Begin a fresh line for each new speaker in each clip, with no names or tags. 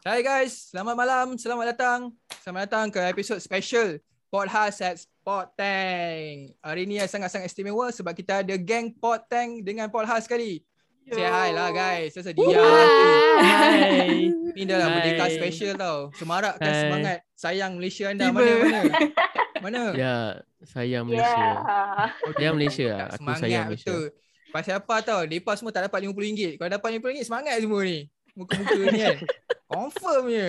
Hai guys, selamat malam, selamat datang. Selamat datang ke episod special Podcast at Sport Tank. Hari ni yang sangat-sangat istimewa sebab kita ada geng Pod Tank dengan Podcast sekali. Say hi lah guys. Saya sedia.
Hai.
Ni dah lah
Hai.
merdeka special tau. Semarakkan
Hai.
semangat sayang Malaysia anda
Tiba.
mana-mana. Mana?
Ya, sayang Malaysia.
Yeah.
Sayang Ya, Malaysia.
Tak
Aku sayang Malaysia.
betul. Pasal apa tau, mereka semua tak dapat RM50. Kalau dapat RM50, semangat semua ni. Muka-muka ni kan. Confirm je.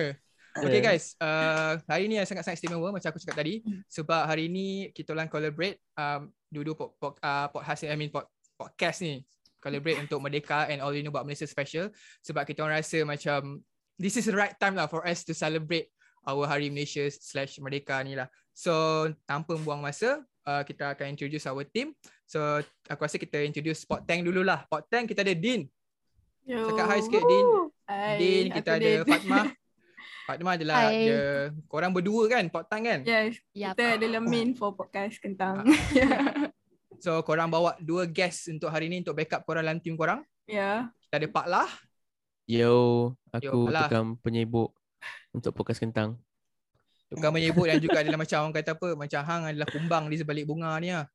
Okay
Yeah.
guys, uh, hari ni yang sangat-sangat istimewa macam aku cakap tadi sebab hari ni kita orang collaborate um, dua-dua pod, pod, uh, podcast I mean pod, podcast ni collaborate untuk Merdeka and All You Know About Malaysia Special sebab kita orang rasa macam this is the right time lah for us to celebrate our Hari Malaysia slash Merdeka ni lah. So tanpa buang masa, uh, kita akan introduce our team. So aku rasa kita introduce Pod Tank dululah. Pod Tank kita ada Din.
Yo.
Cakap hi sikit, Din.
Hai,
Din kita
aku
ada
Din.
Fatmah. Fatmah adalah
Hai.
dia korang berdua kan Pod Tank kan?
Yes,
Yap.
kita adalah main for podcast kentang.
Ah. So korang bawa dua guest untuk hari ni untuk backup korang dalam team korang.
ya.
Kita ada Pak Lah,
Yo, aku
alah.
tukang penyebuk untuk pokas kentang.
tukang menyebut dan juga adalah macam orang kata apa, macam hang adalah kumbang di sebalik bunga ni lah.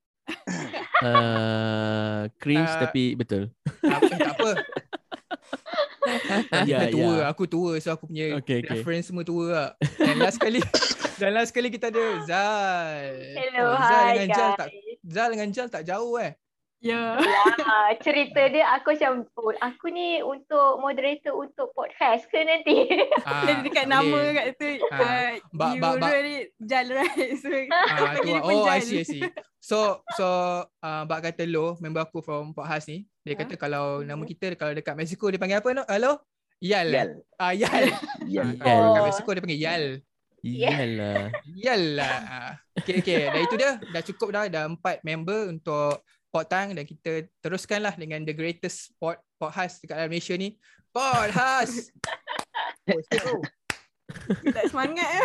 Uh, cringe
Ah.
tapi betul.
Tak, eh, tak apa.
Ya,
Kita tua,
ya.
aku tua so aku punya
Okay, okay.
reference semua tua lah. Dan last kali dan last kali kita ada Zal.
Hello,
Zal Ah,
hi
dengan
guys.
Jal tak Zal dengan Jal tak jauh eh.
Ya.
Ah, cerita dia aku macam oh, aku ni untuk moderator untuk podcast ke nanti?
Dia
tak
dekat nama
Ah, boleh.
kat tu.
Ah.
Uh,
Ba-
you
ba- ba-
really Jal right. So,
Ah, tu
panggil
lah.
dia pun
oh, I
Jal.
see, I see. So, so uh, Bak kata Lo, member aku from Podcast ni, dia
Ah.
kata kalau nama kita kalau dekat Mexico dia panggil apa? No? Hello? Yal. Yal.
Yal.
Ah, Yal.
Yal.
Ah, kalau dekat
Oh.
Mexico dia panggil Yal.
Iyalah.
Yal lah. Ah. Okay, okay. Dah itu dia. Dah cukup dah. Dah empat member untuk Potang dan kita teruskanlah dengan the greatest pod, podcast dekat dalam Malaysia ni. Oh, Podcast!
tak semangat eh.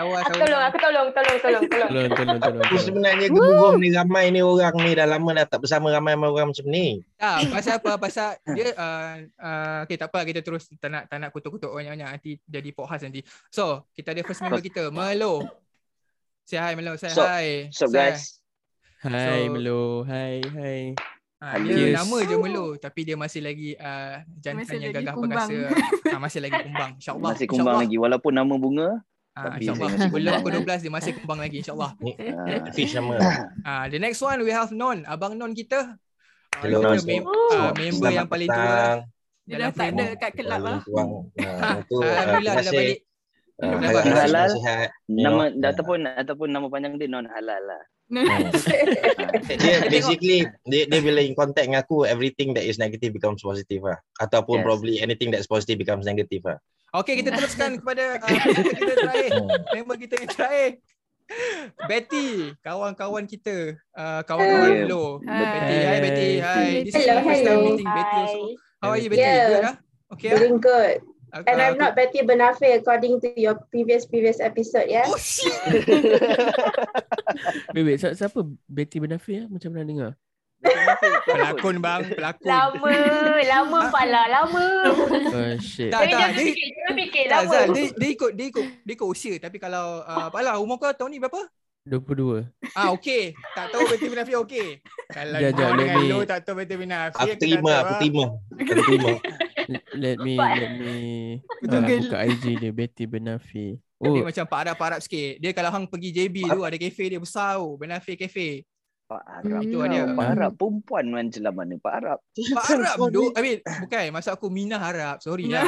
Tawa,
Aku tolong, aku tolong, tolong, tolong, tolong.
Tolong, tolong, tolong.
Aku
tolong.
sebenarnya gemuruh ni ramai ni orang ni dah lama dah tak bersama ramai-ramai orang macam ni.
Tak, pasal apa? Pasal dia uh, uh, okay, tak apa kita terus tak nak tak nak kutuk-kutuk banyak-banyak nanti jadi podcast nanti. So, kita ada first member kita, Melo. Say hi Melo, say
So-
hi.
So
Say hi.
guys,
Hai
So-
Melo, hai hai.
Ha,
Yes.
dia nama je Melo tapi dia masih lagi uh, jantan
Masih
yang
lagi
gagah
kumbang.
perkasa. Ha, masih lagi kumbang. InsyaAllah.
Masih kumbang lagi walaupun nama bunga.
Ha,
tapi
InsyaAllah.
masih- masih
Belum
kumbang.
pukul 12 dia masih kumbang lagi insyaAllah.
ni
ah,
fish sama.
Ha, the next one we have Non. Abang Non kita. Ah,
Hello,
kita
Non.
mem-
Oh.
ah, member yang paling tua lah.
Dia
Dalam
dah tak ada
framework.
kat kelab lah.
Ah, Itu
Ah, Alhamdulillah dia dah balik. Dah
Ah, Terima
balik.
kasih
Halal.
nasihat.
Nama
Ya.
ataupun ataupun nama panjang dia non halal lah. Ah,
No.
Dia basically dia, dia bila in contact dengan aku everything that is negative becomes positive lah. Ataupun
Yes.
probably anything that's positive becomes negative lah.
Okay, kita teruskan kepada uh, kita, kita terakhir.
Hmm.
member kita yang terakhir. Betty, kawan-kawan kita, uh,
Hello.
kawan-kawan Lo.
Hi.
Betty, hi Betty, hi. This is
Hello,
my first time
hello.
meeting Betty also. How are you Betty?
Yeah.
Good ah? Okay. ah?
Doing good.
Aku-
And I'm not
aku-
Betty Benafir according to your previous previous episode, yeah?
Oh shit.
Wait, wait, si- siapa Betty Benafir ya? Macam mana dengar?
Pelakon bang, pelakon.
Lama, lama pala, lama.
Oh shit.
Ah. Tak
Tapi
tak
jangan
dia
fikir, jangan fikir,
tak
lama.
Zal, dia, dia ikut dia ikut dia ikut usia tapi kalau uh, apalah umur kau tahun ni berapa?
22.
Ah okey. Tak tahu Betty Benafir okey. Kalau
Jap, jap,
kau
let
dengan
me-
Lo tak tahu Betty Benafir.
Aku terima,
lah.
aku terima. Aku terima.
Let me
Nampak?
let me uh,
kan-
Google.
buka IG dia Betty Benafir.
Tapi
Oh,
macam Pak Arab Pak Arab sikit. Dia kalau hang pergi JB tu ada kafe dia besar tu, Benafir Cafe.
Pak Arab.
Itu
Itu
dia.
dia. Pak Arab perempuan macam mana Pak Arab.
Pak
kan
Arab tu I mean Bukan Maksud aku Mina Arab Sorry lah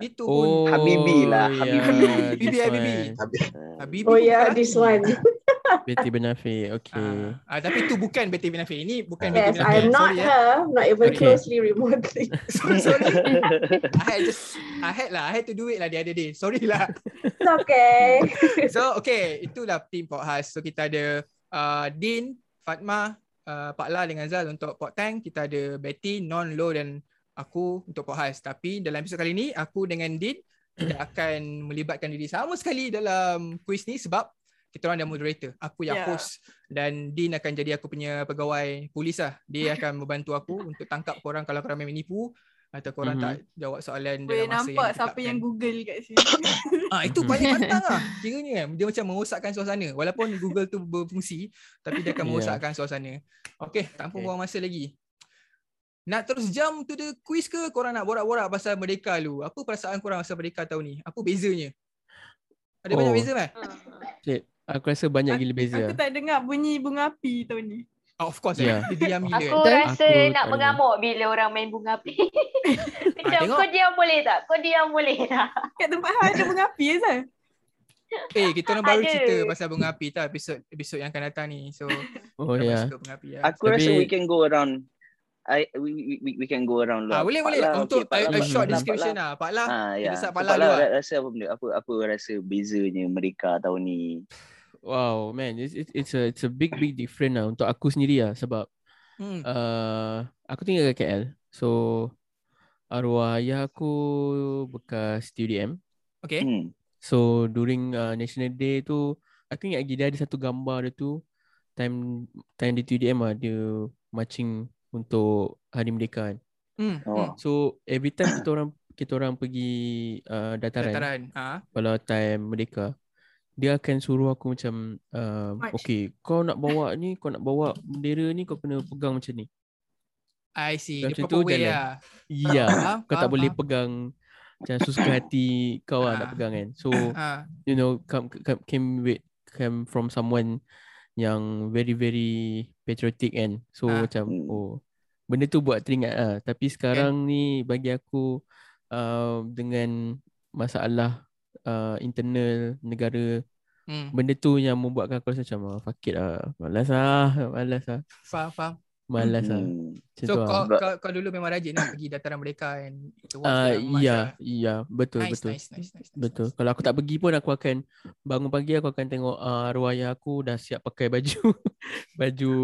Itu pun
oh
Habibi lah,
ya,
Habibi.
this
Bibi, Habibi.
one.
Habis
Ah.
Habibi
Oh yeah,
Ah, bukan.
this one.
Betty Benafir. Okay.
ah, ah, Tapi tu bukan Betty Benafir Ini bukan
Yes,
Betty Benafir
I'm not
Sorry
her, not even
Okay.
closely remotely.
Sorry, sorry. I had just I had lah I had to do it lah The other day Sorry lah
It's okay.
So okay Itulah team podcast So kita ada uh, Din Fatma uh, Pak La dengan Zal Untuk Pod Tank Kita ada Betty Non Lo dan Aku untuk podcast Tapi dalam episod kali ni Aku dengan Din Kita akan melibatkan diri sama sekali Dalam kuis ni Sebab kita orang ada moderator Aku yang
Ya.
host Dan Din akan jadi aku punya pegawai polis lah Dia akan membantu aku Untuk tangkap korang Kalau korang memang nipu atau korang
Mhm.
tak jawab soalan
Boleh
dalam masa yang
nampak siapa yang
ditetapkan.
google kat sini.
Ah itu
Mhm.
paling pantang lah. Kiranya kan dia macam merosakkan suasana. Walaupun Google tu berfungsi tapi dia akan
Yeah.
merosakkan suasana. Okey, tak
Okay.
pun buang masa lagi. Nak terus jump to the quiz ke korang nak borak-borak pasal Merdeka dulu? Apa perasaan korang pasal Merdeka tahun ni? Apa bezanya? Ada banyak
Oh.
beza kan?
Uh-huh.
Aku rasa banyak
Aku-
gila beza.
Ya.
Aku tak dengar bunyi bunga api tahun ni.
Oh, of course.
Yeah.
Yeah. Dia diam gila.
Aku
eh.
Dan-
rasa
Aku
nak
tak
mengamuk bila orang main bunga api. Macam
Ah, tengok.
kau diam boleh tak? Kau diam boleh tak?
Kat tempat hang ada bunga api ke Zal?
Eh, kita orang baru
Ada.
cerita pasal bunga api tau episod episod yang akan datang ni. So,
Oh
kita
ya.
suka bunga api lah.
Aku rasa
Tapi-
we can go around. I we we, we, we can go around lah.
Ah, boleh
Pak
boleh
lah,
untuk
okay, Pak
a,
lah,
a
Pak
short
lah, Pak
description
lah.
lah. Pak lah.
Ah, ya.
Kita start
So,
Pak
Pak
lah
lah
dulu lah.
rasa apa benda? Apa apa rasa bezanya mereka tahun ni?
Wow, man. It's, it's, it's a it's a big big different lah untuk aku sendiri lah sebab
Hmm.
uh, aku tinggal kat KL. So arwah ayah aku bekas TUDM.
Eh?
Hmm.
So during uh, National Day tu aku ingat lagi dia ada satu gambar dia tu time time di TUDM lah dia marching untuk Hari Merdeka kan.
Hmm.
Oh.
So every time kita orang kita orang pergi uh, dataran,
Dataran.
dataran
Ah.
kalau time Merdeka dia akan suruh aku macam uh,
March.
okay kau nak bawa ni kau nak bawa bendera ni kau kena pegang macam ni.
I see. Dia
Macam tu
proper way
jalan.
lah.
Ya,
Faham,
kau tak
faham,
boleh
faham.
pegang macam suka hati kau lah
Ah.
nak pegang kan. So
Ha.
you know come, come came with came from someone yang very very patriotic kan so
Ah.
macam
Hmm.
oh benda tu buat teringat lah tapi sekarang ni bagi aku uh, dengan masalah uh, internal negara
Hmm.
benda tu yang membuatkan aku rasa macam ah, fuck it lah malas lah malas lah
Faham, faham.
malas lah
Hmm.
macam
So
tu lah
kau,
Sebab-
kau, kau dulu memang rajin nak pergi dataran mereka and to watch
Ah,
dia march
ya
lah.
ya betul
Nice,
betul
nice, nice, nice, nice,
Betul.
nice.
Kalau aku tak pergi pun aku akan bangun pagi aku akan tengok uh, arwah ayah aku dah siap pakai baju baju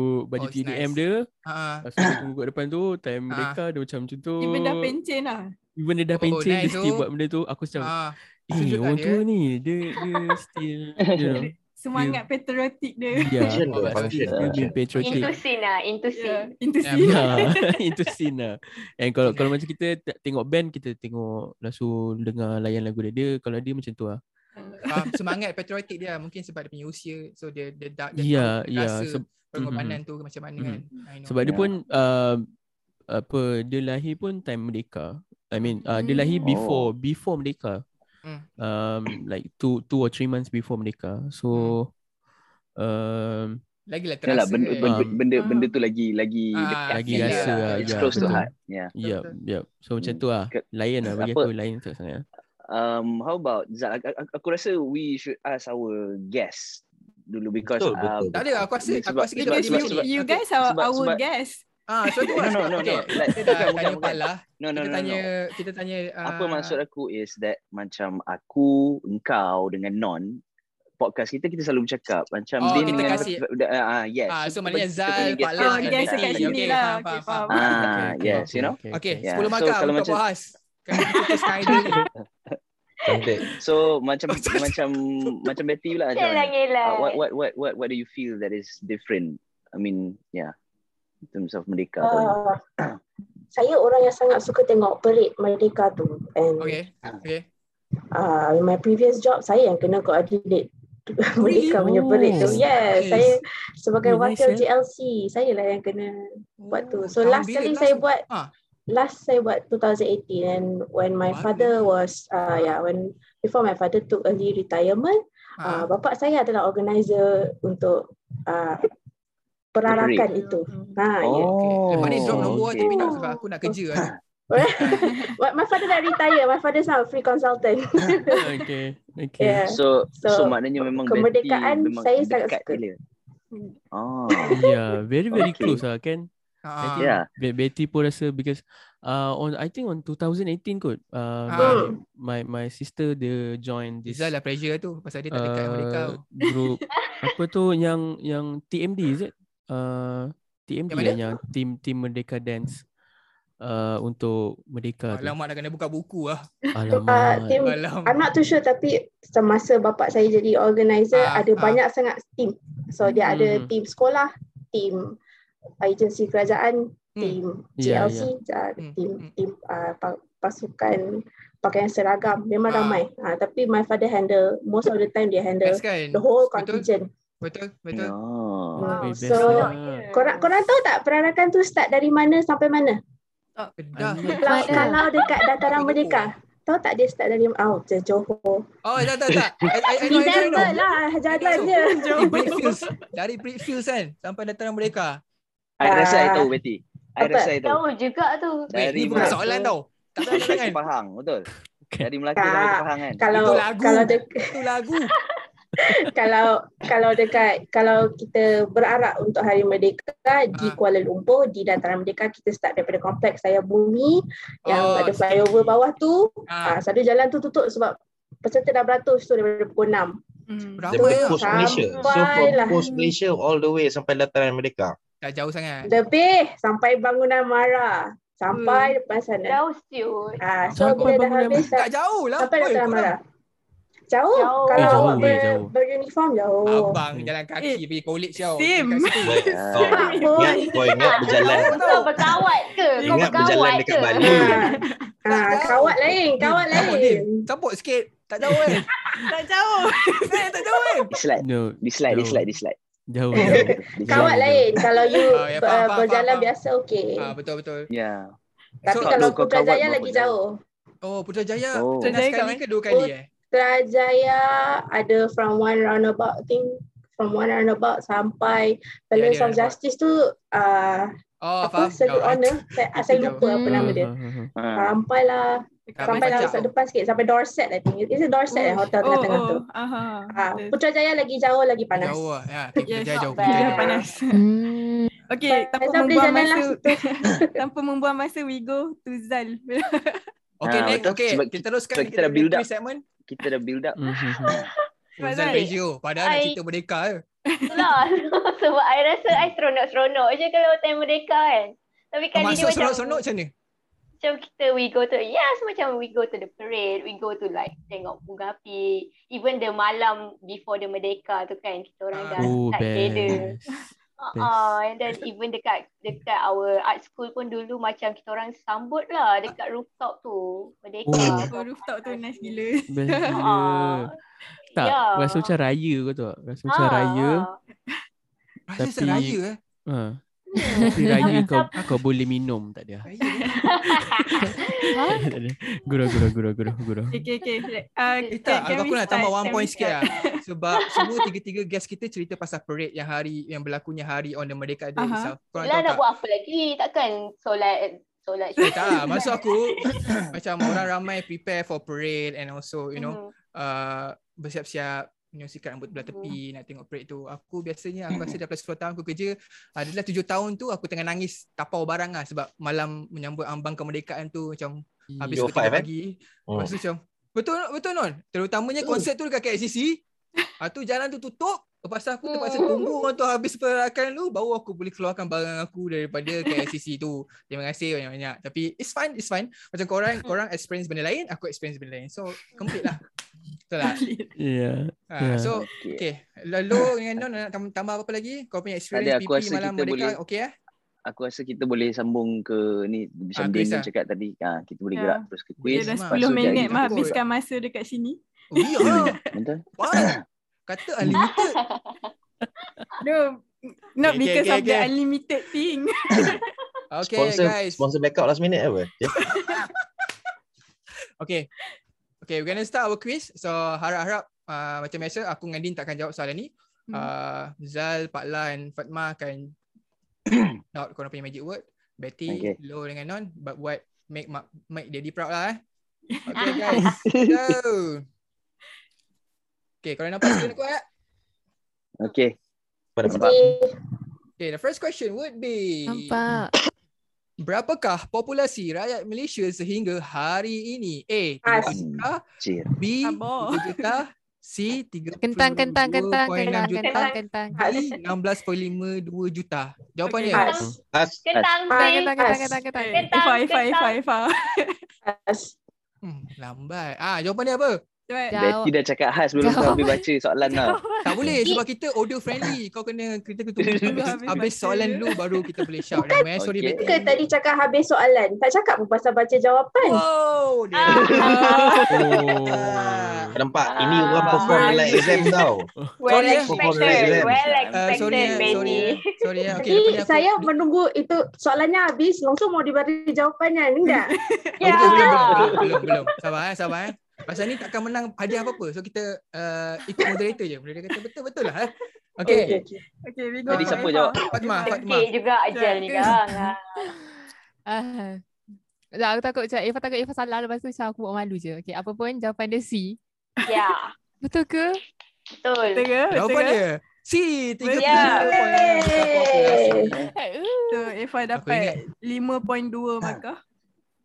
Oh,
baju
it's
oh, TDM
nice.
dia.
Ha.
Lepas tu aku tunggu kat depan tu time
Ah.
mereka dia macam macam tu.
Dia benda pencen lah.
Even dia dah
Oh,
pencen
nice
dia still
tu.
buat benda tu aku macam
Ha.
eh
Sujud lah
orang
dia.
tua ni dia dia still you know.
Semangat patriotic dia.
Ya,
Function tu,
but
function,
still still
function.
being patriotic.
Into scene lah. Into scene.
Yeah. Into
Yeah,
scene.
Ya, itu scene lah. And kalau kalau macam kita tak tengok band, kita tengok langsung dengar layan lagu dia. Dia kalau dia macam tu lah.
Ah.
Faham. Semangat patriotic dia lah. mungkin sebab dia punya usia. So dia dia dah dia
Ya,
tahu
ya.
rasa
Seb-
pengorbanan tu macam mana
Mhm.
kan. I know.
Sebab dia
Yeah.
pun uh, apa dia lahir pun time merdeka. I mean uh, dia lahir
Hmm.
before before merdeka.
Oh. Hmm.
Um like two two or three months before merdeka. So
Hmm.
um
Lagilah terasa.
Yalah, benda,
kan.
benda,
Ah.
benda, benda tu lagi lagi
Ah,
dekat
lagi
feel
rasa lah,
It's
ya,
close to
betul.
heart. Yeah.
yep
Betul.
yep. ya, So macam
Hmm.
tu lah.
Ke-
Lain lah bagi
apa-
aku lain tu sangat.
Um, how about Zal? Aku, aku- aku rasa we should ask our guest dulu because
Betul, betul,
um,
betul.
Tak ada lah. aku rasa aku
Sebab-
rasa kita
sebab-
bagi
Because
sebab-
macam
sebab-
ni.
you, you
okay,
guys are
sebab-
our
sebab-
guest.
Ah, so tu
No, no, no, no.
Okay,
Like,
Kita
bukan,
dah
bukan,
tanya
bukan.
Pak lah.
No, no,
Kita
no, no,
tanya
no.
kita tanya
Apa
ah,
maksud aku is that macam aku, engkau dengan Non podcast kita kita selalu bercakap macam
Oh,
dia
kita
dengan
kasih-
ah uh, yes.
Ah, so maknanya
kita
Zal,
punya
Pak
guest kan,
Lah,
Oh, guest
akan
okay,
datang.
kat
okay,
sini
okay,
lah.
faham,
Okay,
faham,
faham.
Ah,
okay,
yes, you know.
Okay,
Yeah.
10
So,
markah
kalau
untuk
macam-
bahas. Kami fokuskan idea ni.
Cantik.
So macam macam macam Betty pula
Yeah.
Zal.
Ngelak-ngelak.
Ah,
Uh, what what what what what do you feel that is different? I mean, yeah, in terms of Merdeka. Uh,
Ah, saya orang yang sangat suka tengok perit Merdeka tu. And
Okay, okay.
uh, in my previous job, saya yang kena coordinate Merdeka punya
Oh.
perit tu.
Nice.
Yes, saya sebagai
Oh, nice, eh.
wakil JLC, saya lah yang kena buat tu. So
tahun
last
bila
kali
last
saya
tu?
buat
Ah.
last saya buat 2018 and when my
Baru.
father was uh, yeah when before my father took early retirement
Ah,
uh, bapak saya adalah organizer untuk uh, perarakan itu.
Hmm.
Ha, oh. yeah.
okay.
Oh,
Lepas ni drop nombor
okay.
tapi tak sebab aku nak kerja lah.
But my father dah retire. My father now a free consultant.
okay. Okay.
yeah.
So, so, so
So,
maknanya memang
kemerdekaan
Betty memang
saya sangat
dekat
suka.
Gila.
Hmm.
Oh,
Yeah, very very
Okay.
close lah kan. I
Ah,
think
Yeah.
Be- Betty pun rasa because uh, on I think on 2018 kot uh,
Ah.
my, my my sister dia join this
Rizal lah pressure tu pasal dia tak dekat dengan mereka.
uh, group apa tu yang yang TMD is it? Uh, TMD
Yang
yang, yang team team Merdeka Dance uh, untuk Merdeka tu.
Alamak dah Ah, kena buka buku lah.
Alamak.
Ah, team-
Alamak.
I'm not too sure tapi semasa bapak saya jadi organizer
Ah,
ada
ah.
banyak sangat team. So dia ada
Hmm.
team sekolah, team agensi kerajaan, team
Ya,
GLC ah,
Hmm,
team
hmm.
team ah, pa- pasukan pakaian seragam memang
Ah.
ramai ah tapi my father handle most of the time dia handle
Best kan?
the whole
Betul?
contingent
Betul?
Ya.
Betul?
Ah.
Wow,
Best
so-
lah.
korang korang tahu tak perarakan tu start dari mana sampai mana
Kedah.
Anak
kalau,
Sure.
kalau dekat dataran
Johor.
merdeka tahu tak dia start dari oh je Johor
Oh, tak, tak, tak. I, I, I know, I know, I
December
know.
lah jalan
know.
dia
Dari Brickfields. Dari Brickfields kan? Sampai dataran mereka.
Ah.
I rasa I tahu Betty. I
Apa?
rasa I tahu.
Tahu juga tu.
Wait,
Dari
ni bukan
Melaka.
soalan tau. Tak
Dari
salah
Melaka
kan?
ke Pahang, betul?
Bukan.
Dari Melaka sampai ke Pahang kan?
kalau
Itu lagu.
kalau de-
Itu lagu.
kalau kalau dekat kalau kita berarak untuk Hari Merdeka di
Ah.
Kuala Lumpur di Dataran Merdeka kita start daripada kompleks saya bumi yang
Oh,
ada flyover bawah tu
Ah,
ah satu jalan tu tutup sebab peserta dah beratus tu daripada pukul 6
Hmm.
Berapa
Daripada
ya?
Post Malaysia. So from
Sampailah.
Post Malaysia all the way sampai dataran Merdeka.
Dah jauh sangat.
lebih sampai bangunan Mara sampai
Hmm.
depan sana
Jauh siut.
ah so
Sampai
bila dah
bangunan
habis
Tak jauh lah.
sampai
Oi,
Dataran
korang.
Mara jauh,
Jauh.
kalau
Eh,
jauh,
awak
eh,
ber,
jauh.
beruniform jauh
Abang jalan kaki
Eh,
pergi college tau.
same.
Dekat situ.
Oh,
Ah.
ingat, kau ingat berjalan.
Kau kau berkawat ke? Kau
Ingat berjalan
berkawat
dekat
ke?
Bali.
ah,
Tak
ah,
jauh.
kawat lain kawat
Dim, jauh, Dim.
lain
Cabut sikit. Tak jauh kan?
Tak jauh.
Eh, tak jauh kan?
Dislike,
No,
dislike,
Jauh.
dislike, dislike.
jauh,
Eh,
jauh.
Dislike.
Kawat
Jauh,
lain. Kalau you
Ah, ya,
ber-
faham, faham,
berjalan
faham.
biasa okey.
Ah, betul betul.
Ya.
Tapi
so-
kalau
Kau- kau kawat
Putrajaya
berapa
lagi
jauh?
jauh.
Oh, Putrajaya pernah
Oh.
Putrajaya kat
sekali
mana?
ke dua kali eh?
Putrajaya ada from one roundabout thing from one roundabout sampai
ada
Palace of
roundabout.
Justice tu uh,
Oh,
apa
faham. Hmm.
Salute
Oh,
Honor saya,
itu
saya
jauh.
lupa apa nama dia.
Mm-hmm.
Ha.
Sampai lah
Tak
sampai
macam-
lah kat depan sikit sampai Dorset I think. Is it Dorset eh hotel
Oh,
tengah-tengah
oh.
tu.
Aha.
Ah, Putrajaya lagi jauh lagi panas.
Jauh lah. Ya, okay,
Yes,
Putrajaya jauh.
not bad.
Putrajaya
Dah
jauh.
panas.
Hmm.
Okay, tanpa
Azam boleh
membuang
jalan lah
masa tanpa membuang masa we go to Zal.
Okay,
Ah,
next.
betul.
Okay,
Sebab
kita teruskan.
sebab kita dah
punya
build up.
three segment.
Kita dah build up.
Oh,
Sebab
Zal
Zal-
Regio. Padahal nak
I-
cerita merdeka je.
Itulah. Lah, Sebab I rasa I seronok-seronok je kalau time mereka kan. Tapi kali ni
Masuk
macam
Oh, seronok-seronok macam mana?
macam kita we go to yes macam we go to the parade, we go to like tengok bunga api. Even the malam before the merdeka tu kan kita orang
Ah.
dah
Oh,
start gather.
best.
Uh, and then even dekat dekat our art school pun dulu macam kita orang sambut lah dekat rooftop tu. Merdeka.
Oh.
Oh, rooftop tu nice gila.
Best gila.
Ah.
Tak,
Ya.
rasa macam raya kau tahu tak? Rasa macam
Ah,
raya.
ah.
Rasa
Tapi-
seraya eh.
Ha.
Hmm.
Tapi raya kau ah, kau boleh minum tak
Ha?
dia.
Raya eh.
Tak ada. Gurau gurau gurau gurau gurau.
Okay, okay, okay. Uh,
Eh tak, aku nak tambah one point sikit lah. Sebab semua tiga-tiga guest kita cerita pasal parade yang hari yang berlakunya hari on the Merdeka Day
Aha.
itself. Korang
Yelah
tahu
nak
tak?
buat apa lagi? Takkan solat solat
Eh, tak, maksud aku macam orang ramai prepare for parade and also you know
Mhm.
uh, bersiap-siap you know, sikat rambut
Mm-hmm.
belah tepi nak tengok parade tu. Aku biasanya aku rasa daripada 10 tahun aku kerja adalah 7 tahun tu aku tengah nangis tapau barang lah sebab malam menyambut ambang kemerdekaan tu macam habis
Yo,
pukul tiga
five, eh?
pagi.
Hmm.
Lepas tu macam betul betul non. Terutamanya konsert tu dekat KLCC. Ah tu jalan tu tutup. Lepas tu aku terpaksa tunggu orang tu habis perarakan tu baru aku boleh keluarkan barang aku daripada KLCC tu. Terima kasih banyak-banyak. Tapi it's fine, it's fine. Macam korang korang experience benda lain, aku experience benda lain. So complete lah. Betul tak?
Ya.
Ha,
Yeah.
so
Okay.
okay. Lalu dengan Non nak tam- tambah apa lagi? Kau punya experience
Ada, aku
PP
rasa
malam
kita
merdeka
boleh-
okay eh?
Aku rasa kita boleh sambung ke ni
Ah,
macam ah,
quiz
Damien
lah.
cakap tadi. Ah, kita boleh
Ya.
gerak terus ke
Dia
quiz.
Yes,
dah
Mak.
10
So,
minit
jadi
mak
takut.
habiskan masa dekat sini.
Oh, yeah.
Betul?
Wow. Kata unlimited.
No, not
Okay, okay,
because
okay,
of the
okay.
unlimited thing.
Okay
sponsor
guys.
sponsor backup last minute apa? Ya,
Okay.
Okay.
Okay, we're gonna start our quiz. So, harap-harap uh, macam biasa, aku dengan Din takkan jawab soalan ni. Uh, Zal, Pak Lan, Fatma akan out korang punya magic word. Betty,
Okay.
Lo dengan Non. But what make ma- make daddy proud lah eh. Okay guys, go. Okay, korang nampak screen aku eh?
Okay.
Pada nampak.
Jadi
Okay, the first question would be
Nampak.
Berapakah populasi rakyat Malaysia sehingga hari ini? A.
Pas.
3 juta
Cik.
B.
Abah.
3 juta C. 32.6
Kentang, kentang, kentang, kentang,
juta
kentang, kentang.
D. 16.52 juta Jawapannya
Pas.
Okay.
As
Kentang
Ah,
B.
kentang, kentang, kentang, kentang.
Eh, Ifa, Ifa, Ifa, Ifa.
Pas.
hmm, Lambat Ah, Jawapannya apa?
Cepat.
Jawab.
Betty dah cakap khas belum kau
Jawab.
habis baca soalan kau.
Tak boleh sebab kita audio friendly. Kau kena kita kena tunggu dulu
Habis
habis
baca
soalan
dia.
dulu baru kita boleh shout. Bukan. Eh. Sorry
Okay.
Betty.
Ke tadi cakap habis soalan. Tak cakap pun pasal baca jawapan.
Wow.
Ah,
Dia.
Oh.
Nampak? Ini orang perform
Ah,
like exam tau.
Well
Sorry, eh.
expected. Well
Uh, sorry,
expected,
eh, sorry,
Betty.
eh. sorry. eh. Okay,
Tadi
apa ni aku-
saya menunggu itu soalannya habis langsung mau diberi jawapannya. Enggak.
Oh,
Ya.
belum, belum, belum, belum, belum, belum. Sabar eh, sabar eh. Pasal ni takkan menang hadiah apa-apa. So kita uh, ikut moderator je. Moderator kata betul-betul lah eh. Okay.
Okay, we go.
Jadi
for
siapa
Eva.
jawab?
Fatma, Fatma.
Sedih juga ajal ni
Jaga.
kan.
Ah. Tak, aku takut macam Ifah takut Ifah salah lepas tu macam aku buat malu je. Okay, apa pun jawapan dia C.
Ya,
Betul ke?
betul.
Betul ke? Betul
Jawapan
ke?
dia. C, 33 poin.
Ya.
Tak apa-apa lah.
So, Eva
ingat. Ah.
dapat 5.2 markah.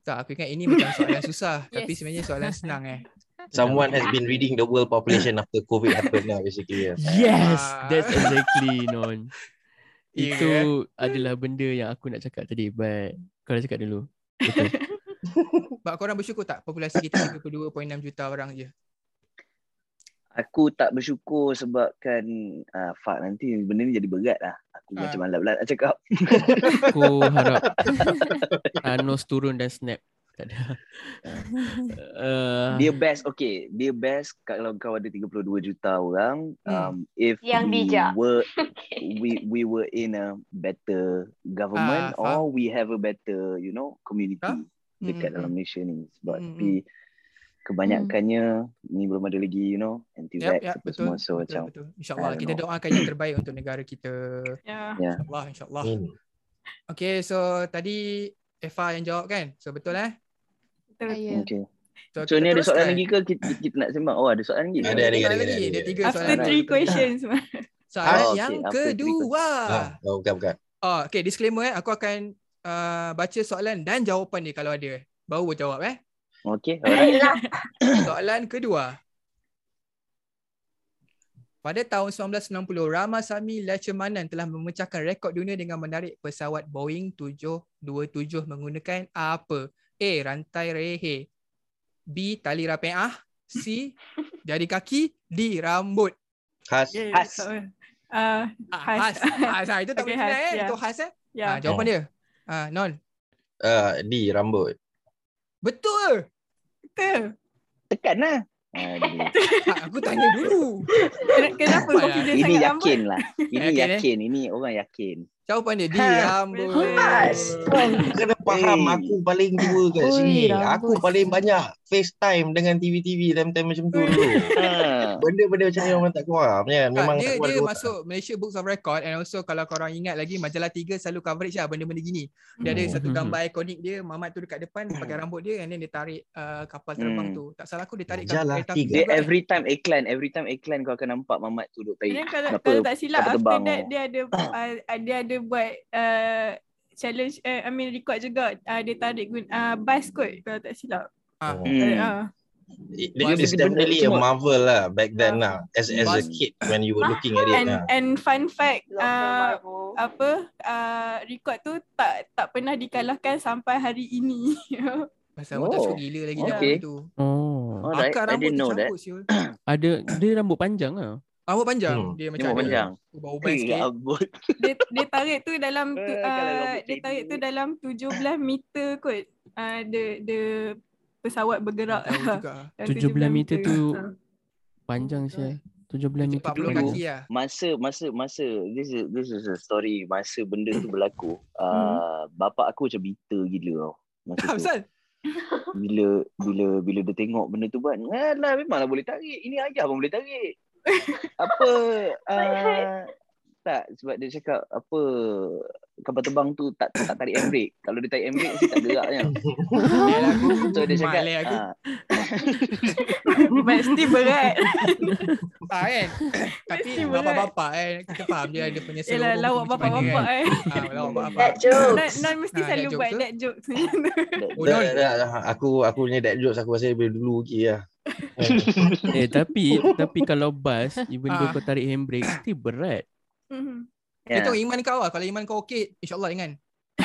Tak, aku ingat ini macam soalan susah.
Yes.
Tapi sebenarnya soalan senang eh.
Someone has been reading the world population after COVID happened lah basically. Yeah.
Yes,
Ah.
that's exactly non.
Ya
Itu
ke?
adalah benda yang aku nak cakap tadi but kau dah cakap dulu. Betul.
Sebab korang bersyukur tak populasi kita 32.6 juta orang je.
Aku tak bersyukur sebabkan uh, fuck nanti benda ni jadi berat lah. Aku
Ah.
macam malas-malas nak cakap.
Aku harap Thanos turun dan snap. Tak ada. Eh, Uh,
Ah.
Dia best okay, dia best kalau kau ada 32 juta orang
Hmm.
um if
Yang
we
bijak.
were we we were in a better government
Ah, faham.
or we have a better you know community
Ah,
dekat
Mm-mm.
dalam Malaysia ni sebab
Mm, mm.
tapi kebanyakannya ni belum ada lagi you know
Yap,
anti-vax
yap, Hmm.
apa
betul.
semua so
betul,
macam
betul. InsyaAllah
I don't
kita
know.
doakan yang terbaik untuk negara kita.
Ya.
InsyaAllah, insyaAllah.
Amin.
Okay, so tadi Efa yang jawab kan? So betul eh?
Betul.
Ya.
okay.
So,
So
kita
ni ada soalan
teruskan.
lagi ke kita, kita nak sembang? Oh ada soalan lagi.
Ada,
Ada
ada,
soalan
ada,
lagi.
ada, ada.
Ada tiga soalan.
After three questions.
Soalan
Oh, okay.
yang
After three
kedua.
Ah, oh, bukan, bukan.
Oh, okay, disclaimer eh. Aku akan uh, baca soalan dan jawapan dia kalau ada. eh. Baru jawab eh.
Okay. alright.
Soalan kedua. Pada tahun 1990, Ramasamy Leishmanan telah memecahkan rekod dunia dengan menarik pesawat Boeing 727 menggunakan apa? A. Rantai rehe. B. Tali rapiah. C. Jari kaki. D. Rambut.
Khas.
Yeah,
Has.
so, uh,
Ah,
Khas.
khas. Khas. Ah, itu tak
Okay,
boleh kenal
khas, ya.
eh.
yeah.
Itu khas eh. Ah,
yeah.
jawapan dia. Ah, non.
Ah, di rambut.
Betul.
Betul.
Tekan lah. Aduh.
Ah, aku tanya dulu.
Ken- Kenapa
Nampak
kau
lah.
pilih
Ini
sangat
yakin
lambat?
lah. Ini
Yakin, eh?
yakin. Ini orang yakin.
Jawapan dia D.
Ha,
Rambut.
betul.
Kau kena faham
Hey.
aku paling tua kat
Ui,
sini.
rambut.
Aku paling banyak FaceTime dengan TV-TV time-time macam tu dulu.
Ha.
Benda-benda macam ni memang tak keluar. Punya. Memang
Memang
tak
dia
keluar.
dia
dari otak.
masuk Malaysia Books of Record and also kalau korang ingat lagi majalah 3 selalu coverage lah benda-benda gini. Dia ada
Hmm.
satu
Hmm.
gambar ikonik dia Mamat tu dekat depan pakai rambut dia and then dia tarik uh, kapal terbang
Hmm.
tu. Tak salah aku dia tarik
Majalah
kapal
tiga.
Dia
juga, eh.
every time iklan, every time iklan kau akan nampak Mamat tu duduk
Ya.
Dia
tarik.
kalau,
Kenapa?
kalau tak silap
kenapa
after
terbang?
that dia ada uh, dia ada buat uh, challenge uh, I mean record juga uh, dia tarik gun uh, bas kot kalau tak silap.
Ah.
Hmm.
Hmm.
Uh,
It,
Masa
it's
kita
definitely a
semua-
marvel lah back then
Ah.
lah. As, as a
Hmm.
kid when you were looking at it
and
lah.
and fun fact
Ah.
uh,
Lockdown
apa uh, record tu tak tak pernah dikalahkan sampai hari ini.
Pasal orang tak
Oh.
suka gila lagi zaman
Okay.
dulu tu.
Oh,
Alright,
Akar
I
rambut
didn't know that.
tercabut siul.
ada dia rambut panjang ah.
Rambut panjang. Dia
Hmm.
Dia
macam
mau
ada
panjang.
uban-uban
Eh,
sikit.
Rambut.
dia dia tarik tu dalam tu,
Eh, kalau
uh,
rambut
dia
pendek.
tarik tu dalam 17 meter kot. Uh, the the pesawat bergerak.
Tahu juga.
17 meter tu
Ah.
Panjang saya. 17 meter
40
tu
kaki
Dulu-
panjang.
lah.
Masa masa masa this is this is a story masa benda tu berlaku.
Hmm.
Uh, bapa aku macam bitter gila tau. Masa
Tak
tu.
pasal.
Bila bila bila dia tengok benda tu buat, alah memanglah boleh tarik. Ini ayah pun boleh tarik. apa uh, tak sebab dia cakap apa kapal terbang tu tak tak tarik handbrake. Kalau dia tarik handbrake mesti tak geraknya.
Yalah, aku
So dia cakap
Malay aku.
ah,
Mesti berat.
Ah kan. Tapi
Mesti berat.
bapak-bapak kan kita faham dia ada punya
Yalah
selorong tu
lawak
macam mana
bapak-bapak eh.
kan. Ah, lawak bapak-bapak.
That joke.
Non, non mesti
Ah,
selalu
dad
buat
jokes tu.
dad jokes.
Oh,
Dah,
non.
dah, dah. Aku aku punya dad jokes aku rasa daripada dulu lagi lah.
Eh tapi tapi kalau bas even though
Ah.
kau tarik handbrake still berat.
Mhm.
Dia
yeah.
tengok iman kau lah. Kalau iman kau okey, insyaAllah dengan.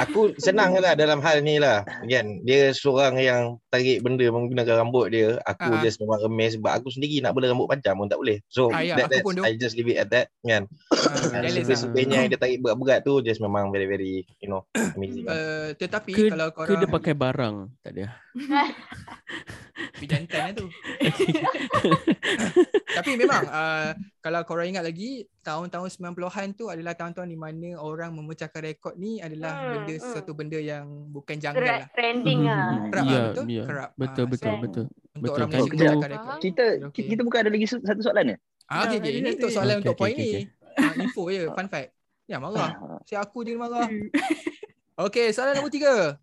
Aku senang je lah dalam hal ni lah. Kan, dia seorang yang tarik benda menggunakan rambut dia. Aku
Ah.
just memang amazed sebab aku sendiri nak bela rambut panjang pun tak boleh. So
Ah, ya, aku
that, that,
pun dulu.
I just leave it at that. Kan.
Ah, jealous lah.
Sebenarnya dia tarik berat-berat tu just memang very very you know amazing. lah.
Uh, tetapi
Ke-
kalau
Ke
korang
dia pakai barang?
Ah,
Tak ada.
Jantan lah tu Ah, Tapi memang uh, Kalau korang ingat lagi Tahun-tahun 90-an tu adalah tahun-tahun di mana Orang memecahkan rekod ni adalah
Hmm,
benda
hmm.
Satu benda yang bukan janggal lah
Tra- trending
Mhm.
lah.
Kerap
Ya,
lah betul?
ya.
Kerap
Betul,
Ah,
betul,
so,
betul.
Untuk
betul.
orang Malaysia
Kalau-
memecahkan rekod
Kita
Okey.
kita bukan ada lagi su- satu soalan ni.
Ah, okay, okay. Ini
Okey,
untuk soalan
okey,
untuk
okey,
point
okey,
ni Ah, Info je, fun fact Ya marah
Ah,
Hmm.
Si aku je marah Okay, soalan nombor tiga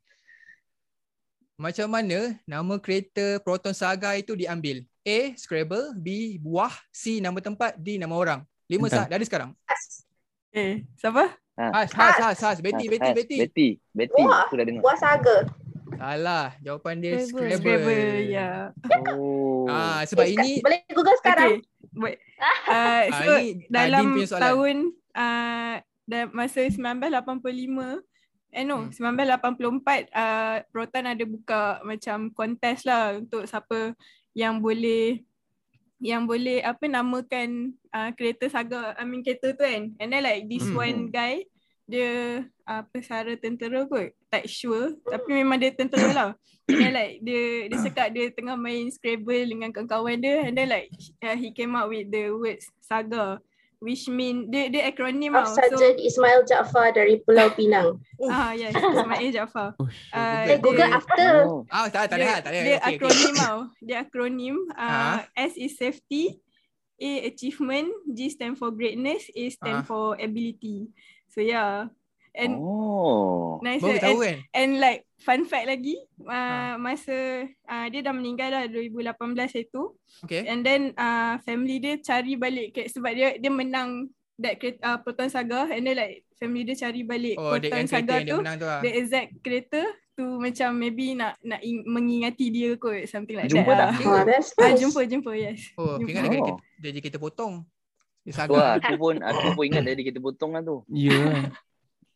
Macam mana nama kereta Proton Saga itu diambil? A. Scrabble B. Buah C. Nama tempat D. Nama orang Lima
Entah.
saat dari sekarang
Eh, siapa?
Has, has, has, has Betty, Betty,
Has,
Betty
ah, eh, Betty, Betty.
Wah.
Aku dah dengar.
Buah saga.
Salah, jawapan dia
Scrabble.
Scrabble,
Scrabble, ya.
Oh.
Ah, sebab ini
Boleh Google sekarang.
Okay. Wait. Uh,
ah,
so,
ini
dalam
Adin punya soalan.
tahun uh, dalam masa 1985 eh no
Hmm.
1984 uh, Rotan ada buka macam kontes lah untuk siapa yang boleh yang boleh apa namakan uh, kereta saga I mean kereta tu kan and then like this
Hmm.
one guy dia uh, pesara tentera kot tak sure tapi memang dia tentera lah and then like dia dia cakap dia tengah main scrabble dengan kawan-kawan dia and then like uh, he came up with the words saga which mean dia dia acronym lah
Of
so
Sarjan Ismail Jaafar dari Pulau Pinang.
ah yes Ismail Jaafar
Ush.
uh,
Eh, Google
dia-
after.
Oh.
Ah, tak, tak dengar, tak
dia,
dengar
dia
Okey, okey.
akronim tau. Dia akronim.
Ah.
Uh, S is safety. A achievement. G stand for greatness. A
Ah.
stand for ability. So yeah. And
Oh.
nice.
Baru
lah.
tahu
and,
kan?
and like fun fact lagi. Uh,
Ah.
Masa uh, dia dah meninggal dah 2018 itu.
Okay
And then uh, family dia cari balik. ke- Sebab dia dia menang that kereta, uh, Proton Saga. And then like family dia cari balik
Oh, dia
Proton
yang kereta
Saga
yang dia
tu
menang tu lah
the exact kereta tu macam maybe nak nak ing- mengingati dia kot something like
Jumpa tak?
that.
Ah, that's
Ah,
nice.
jumpa jumpa yes.
Oh, aku
Jumpa.
ingat dia kereta, dia je kereta potong Dia
Tu
saga
lah, aku pun aku pun ingat dari kita potong lah tu.
Ya. lah.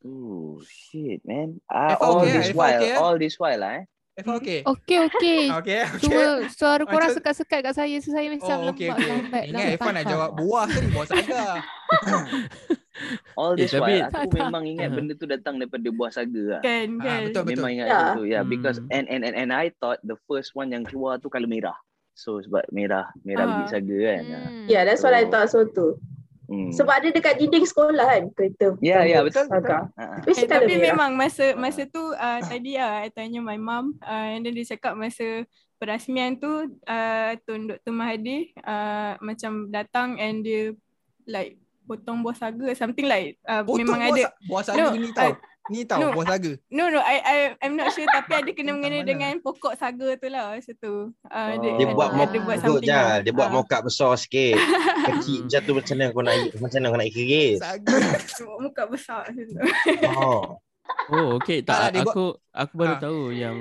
Oh shit man. Ah,
Effa
all
okay,
this
Effa
while,
okay, eh?
all this while lah eh.
Eva okey?
Oh,
Okey, okey.
eh,
Okay, okay.
Cuma suara korang
Macam-
sekat-sekat kat saya. So, saya macam
Oh, okey,
lembab,
okey.
lambat,
Ingat
lambat
Irfan nak
faham.
jawab buah tadi, buah saga.
All
Eh,
this
tapi-
while. Aku
Tak, tak.
memang ingat benda tu datang daripada buah saga lah.
Kan
Ah,
kan.
betul, betul.
Memang ingat
Ya.
macam tu. Yeah, because
Hmm.
and, and and and I thought the first one yang keluar tu kalau merah. So sebab merah, merah
Ah.
biji saga kan. Ah.
Hmm.
Yeah, Ya, that's what I thought so too.
Hmm.
Sebab ada dekat dinding sekolah kan kereta.
Ya, ya,
Proton
betul.
Saga.
betul. Ah, ah.
Tapi
Eh,
sekali
tapi
merah.
memang masa masa tu uh, tadi ah I tanya my mum uh, and then dia cakap masa perasmian tu uh, Tun Dr. Mahathir uh, macam datang and dia like potong buah saga something like uh,
Potong
memang
buah
ada
sa- buah saga
No,
ni tau.
I-
Ni tau
no,
buah saga.
No no I I I'm not sure tapi ada kena mengena
Tentang mana?
dengan pokok saga tu lah masa tu. Uh,
Oh.
Dia buat
mop
ada buat
good
Good
something.
je.
lah.
Dia buat
Ah.
mockup besar sikit. Kecil je tu macam mana kau nak macam mana kau nak kikis.
Saga. kan?
muka besar macam tu.
Oh.
Oh, okey.
Tak lah,
Tak,
dia buat-
aku aku baru
Ah.
tahu yang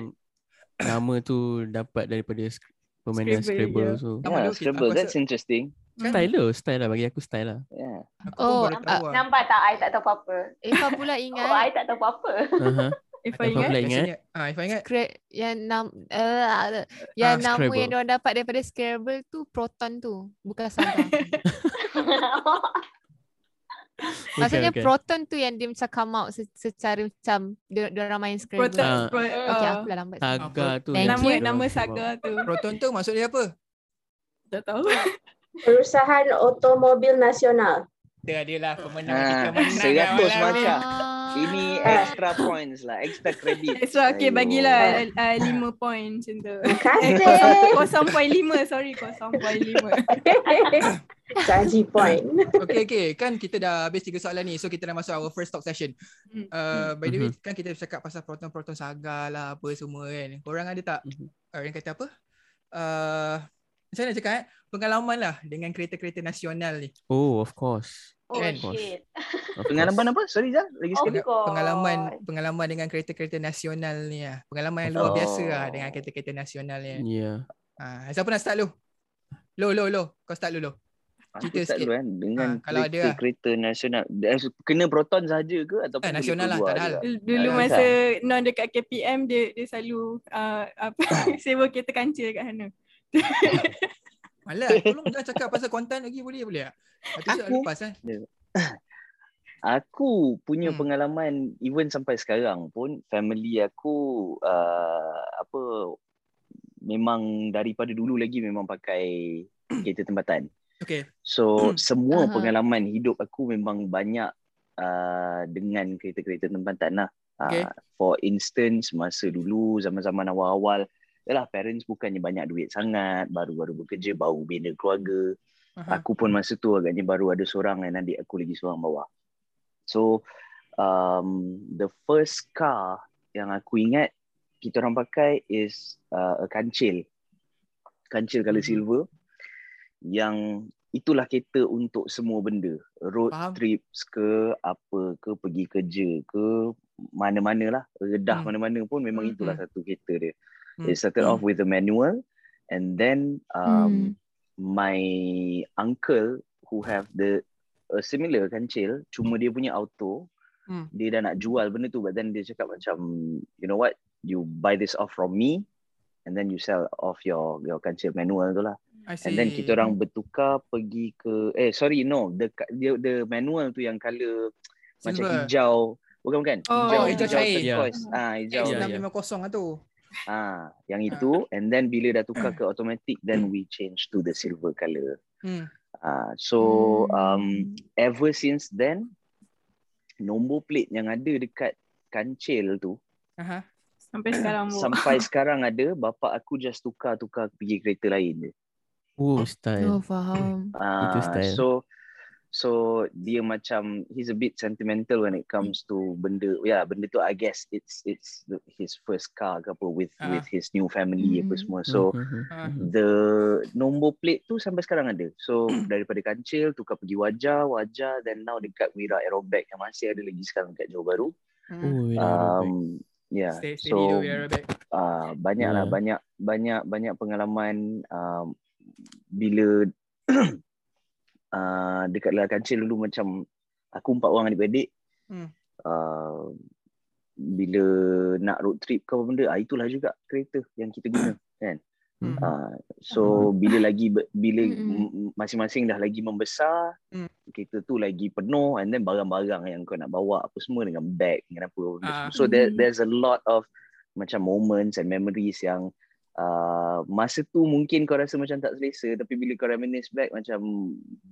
nama tu dapat daripada sk- permainan
Scrabble,
Scrabble.
ya.
So,
Nama dia
Yeah,
okey.
Scrabble.
Aku
That's interesting.
Kan?
Ya.
style lah. Style lah. Bagi aku style lah.
Yeah.
Aku pun
Oh,
baru tahu lah.
Nampak tak I tak tahu apa-apa.
Eva
Oh,
pula
I
ingat.
tak tahu apa-apa.
Aha.
If I ingat.
Eva Uh-huh. pula ingat.
Biasanya, ah, if I ingat,
Scra- yang nam uh, yang
Ah,
nama
Scrabble.
yang diorang dapat daripada Scrabble tu proton tu bukan saga.
Okay,
Maksudnya
okay.
proton tu yang dia macam come out se- secara macam dia orang main Scrabble.
Proton,
Ah.
pro,
Okay,
ah,
aku lah lambat. sikit.
Saga tu. yang
Thank you.
nama
dia orang
nama
sebut.
saga tu.
proton tu maksud dia apa?
Tak tahu.
Perusahaan Otomobil Nasional.
Dia adalah pemenang
Ah,
kita menang. lah.
seratus
malam ni.
Ya.
markah.
Ah.
Ini
Ah.
extra points lah, extra credit.
So okay
Ayuh.
bagilah uh, 5 point macam tu. Eh,
Kasih.
0.5 sorry 0.5.
Janji point.
Okay, okay. Kan kita dah habis tiga soalan ni. So, kita dah masuk our first talk session.
Hmm.
Uh, by the way,
Mm-hmm.
kan
Mhm.
kita cakap pasal proton-proton saga lah apa semua kan. Korang ada tak?
Mm-hmm.
Mhm.
Orang kata apa? Uh, macam mana cakap eh? Pengalaman lah dengan kereta-kereta nasional ni.
Oh, of course.
oh,
Kan?
shit.
Of course.
Pengalaman apa? Sorry Zal, lagi
Oh,
Of
sekali.
course.
Pengalaman pengalaman dengan kereta-kereta nasional ni lah. Pengalaman yang luar biasa lah
Oh.
dengan
Mm.
Ya.
kereta-kereta nasional ni. Ah,
Yeah.
Ha, siapa nak start lu? Lo, lo, lo. Kau start dulu, lo. cerita
tak
sikit.
tahu kan
Ah,
dengan
kalau
kalau
ada lah.
kereta, kereta nasional. Dia- Kena proton saja ke ataupun
Eh,
boleh
nasional lah, tak
keluar
ada
juga?
Dulu dulu
Alah,
masa non dekat KPM dia dia selalu uh, apa sewa kereta kancil kat sana.
Malah, tolong jangan cakap pasal konten lagi boleh boleh tak? Satu soalan
Aku-
lepas eh.
Aku punya
Hmm.
pengalaman even sampai sekarang pun family aku uh, apa memang daripada dulu lagi memang pakai kereta tempatan.
Okay.
So
Hmm.
semua
Aha.
pengalaman hidup aku memang banyak uh, dengan kereta-kereta tempatan lah.
Okay.
Uh, for instance masa dulu zaman-zaman awal-awal Yalah parents bukannya banyak duit sangat Baru-baru bekerja Baru bina keluarga
Aha.
Aku pun masa tu agaknya baru ada seorang dan adik aku lagi seorang bawah. So um, the first car yang aku ingat kita orang pakai is uh, a kancil. Kancil color
Mhm.
silver yang itulah kereta untuk semua benda. Road
Faham.
trips ke apa ke pergi kerja ke mana-mana lah.
Hmm.
Redah mana-mana pun memang
Hmm,
itulah
hmm.
satu kereta dia.
Hmm. Hmm.
It started off with a manual and then um, my uncle who have the a similar kancil cuma dia punya auto
Hmm.
dia dah nak jual benda tu but then dia cakap macam you know what you buy this off from me and then you sell off your your kancil manual tu lah
I see.
and then kita orang bertukar pergi ke eh sorry no the ka- the, the manual tu yang color macam
Silver.
hijau bukan bukan
Oh,
hijau cair.
turquoise ah hijau
Ya, ya.
X650 lah tu.
ah yang itu and then bila dah tukar ke automatic then we change to the silver color
Hmm.
Ah, so um, ever since then nombor plate yang ada dekat kancil tu
Aha.
Sampai sekarang pun.
sampai sekarang ada bapa aku just tukar-tukar pergi kereta lain je.
Oh,
Oh
style.
faham.
Ah,
style.
so so dia macam he's a bit sentimental when it comes to benda ya yeah, benda tu I guess it's it's the, his first car ke apa with
Ah. Mm-hmm.
with his new family apa
Mm.
semua. So
Mhm.
Ah.
the nombor plate tu sampai sekarang ada. So
Mm.
daripada Kancil tukar pergi Wajah, Wajah then now dekat Wira Aerobag yang masih ada lagi sekarang dekat Johor Bahru.
Hmm.
Oh, very
Um
um,
yeah.
Stay, steady so, do
So
we are back.
uh, banyaklah
Yeah.
banyak banyak banyak pengalaman um, bila uh, dekat dalam kancil dulu macam aku empat orang adik-beradik.
Hmm.
Uh, bila nak road trip ke apa benda, ah, itulah juga kereta yang kita guna.
Hmm.
Ah, so bila lagi be- bila
Mm-mm.
m- masing-masing dah lagi membesar,
Mm.
kita tu lagi penuh and then barang-barang yang kau nak bawa apa semua dengan bag dengan apa benda
Ah.
semua. So there,
Mm.
there's a lot of macam moments and memories yang uh, masa tu mungkin kau rasa macam tak selesa tapi bila kau reminisce back macam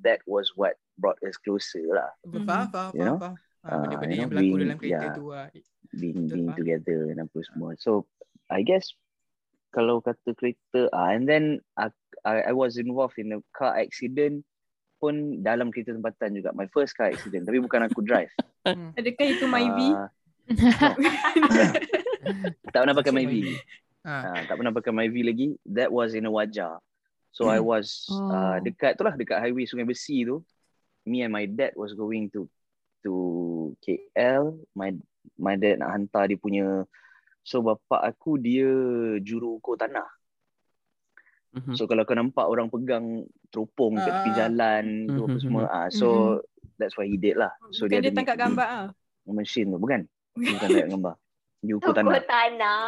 that was what brought us closer lah
Faham, faham, faham,
You know?
faham.
Ah,
Ah, benda-benda
you
yang
know,
berlaku
we-
dalam kereta
yeah. Ah.
tu lah.
being
Betul,
being
faham.
together and apa semua. So I guess kalau kata kereta ah and then I, I I was involved in a car accident pun dalam kereta tempatan juga. My first car accident tapi bukan aku drive.
Adakah itu Myvi?
Ah, tak pernah pakai
Maksud
Myvi.
Myvi. Ah.
Ah, tak pernah pakai Myvi lagi. That was in a wajar. So
Hmm.
I was uh,
Oh.
dekat tu lah dekat highway Sungai Besi tu. Me and my dad was going to to KL. My my dad nak hantar dia punya So bapa aku dia juru ukur tanah.
Mhm.
So kalau kau nampak orang pegang teropong kat tepi
Hmm. Ah. hmm.
jalan tu apa
Mhm.
semua ah so that's what he did lah. So
Bukan Hmm. dia
ada
tangkap
ni-
gambar ah.
Mesin tu bukan. Bukan tangkap gambar. Dia ukur
Toko
tanah.
tanah.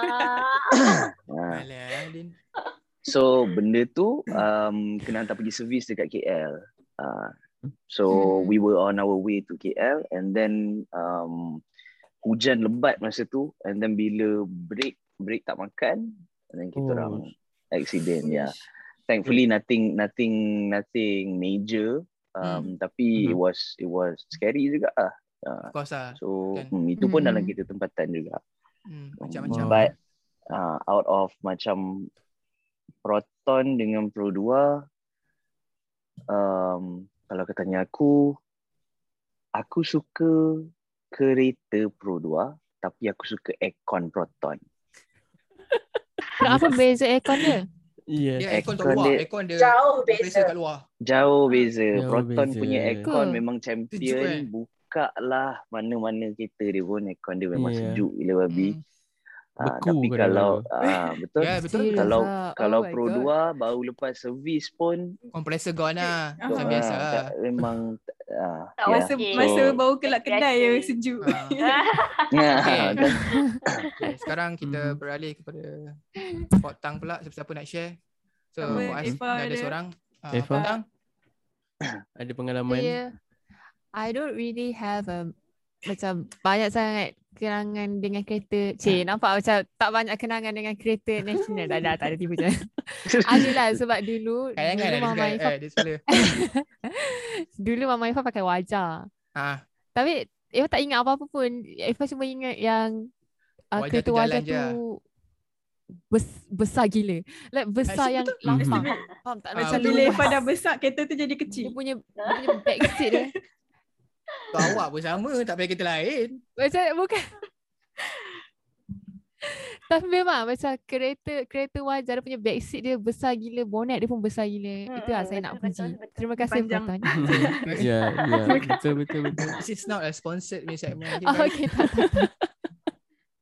Ah.
Alah, Din.
So benda tu um, kena hantar pergi servis dekat KL. Uh, so
Hmm.
we were on our way to KL and then um, hujan lebat masa tu and then bila break break tak makan and then kita
Oh.
orang accident ya. Yeah. Thankfully nothing nothing nothing major um, tapi it was it was scary juga lah.
Of
Uh,
course lah.
so
Kan.
hmm, itu pun dalam
Mm-mm.
kita tempatan juga.
Hmm, Macam-macam.
Wow.
Oh, But uh, out of macam Proton dengan Pro 2 um, kalau kau tanya aku aku suka kereta Pro 2 tapi aku suka aircon Proton.
Apa beza aircon dia?
Yes.
Dia aircon kat
Aircon
luar.
dia-
Aircon dia
Jauh
beza
beza.
kat luar.
Jauh beza.
Jauh
Proton
beza.
punya aircon
Ke?
memang
Sejuk, eh?
champion. Buka lah mana-mana kereta dia pun aircon dia memang
Yeah.
sejuk gila babi.
Hmm.
Ah,
Beku
tapi
kadang-kadang.
kalau ah, betul.
Ya, betul.
Serious
Kalau
lah.
kalau
Oh my
Pro 2
God.
baru lepas servis pun
Compressor gone lah. Macam
ah,
biasa lah.
tak- memang ah,
Tak
ya.
Masa
Okay.
masa
So-
bau kelak kedai je
Exactly.
sejuk.
Ah.
Nah,
Okay.
kan,
Okay, sekarang kita
Hmm.
Mhm.
beralih kepada Potang pula. Siapa-siapa nak share. So,
Apa,
Muaz,
Effa
dah ada
ada?
seorang. Ah,
Effa?
Potang.
Ada pengalaman
Saya- I don't really have a macam banyak sangat kenangan dengan kereta. Cik, nampak macam tak banyak kenangan dengan kereta national. Dah, dah tak ada tiba macam. Adalah sebab dulu
Kayangan
dulu
ada
Mama
cakap.
Ifah,
Eh, dia selalu.
dulu Mama Ifah pakai wajah.
Ah,
Tapi Ifah tak ingat apa-apa pun. Ifah cuma ingat yang uh,
Wajah tu
kereta wajah
jalan je. lah.
tu bes, besar gila. Like besar
situ
yang
betul.
lapang.
Mhm.
Faham tak?
Ah,
Macam
betul.
Bila
luas.
Efah dah besar, kereta tu jadi
dia
kecil.
punya, dia punya back seat dia.
tu awak pun sama. Tak payah kita lain.
Macam bukan. Tapi memang macam kereta kereta wajar dia punya backseat dia besar gila, bonet dia pun besar gila.
Hmm,
Itu lah
hmm,
saya nak
betul, betul,
puji.
betul.
Terima kasih
Panjang.
Fatan.
Ya, ya. Betul, betul, betul.
This is not a sponsored punya segment. Okay,
Oh,
guys.
okay, tak, tak, tak.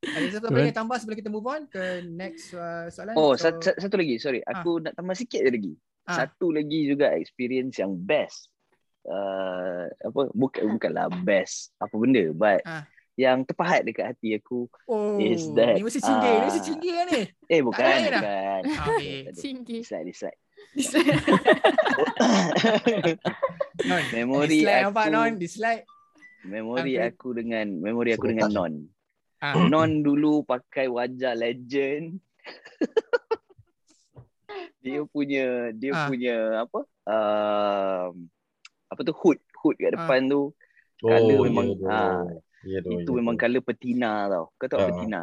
Ada sesuatu
Betul.
lagi yang tambah sebelum kita move on ke next uh, soalan?
Oh,
So,
satu, satu- satu lagi, sorry. Aku nak tambah sikit je lagi.
Ah.
Satu lagi juga experience yang best. Uh, apa bukan bukanlah best apa benda but
Ah.
yang terpahat dekat hati aku
oh,
is that,
ni mesti cinggir. Ni mesti
ah,
cinggir kan ni?
eh bukan
lain lah.
bukan
Ah, okay.
Cinggi.
dislike dislike
Non.
Memori
dislike
aku-
apa non? Dislike.
memori
Uncle.
aku dengan memori aku dengan
Sebutan.
non
Ah.
non dulu pakai wajah legend dia punya dia
Ah.
punya apa um, apa tu hood hood
Ah.
kat depan tu Colour
Oh,
memang,
ya tu.
ah,
Ya tu,
itu
ya
memang
tu.
color betina tau. Kau tahu
Ah.
betina?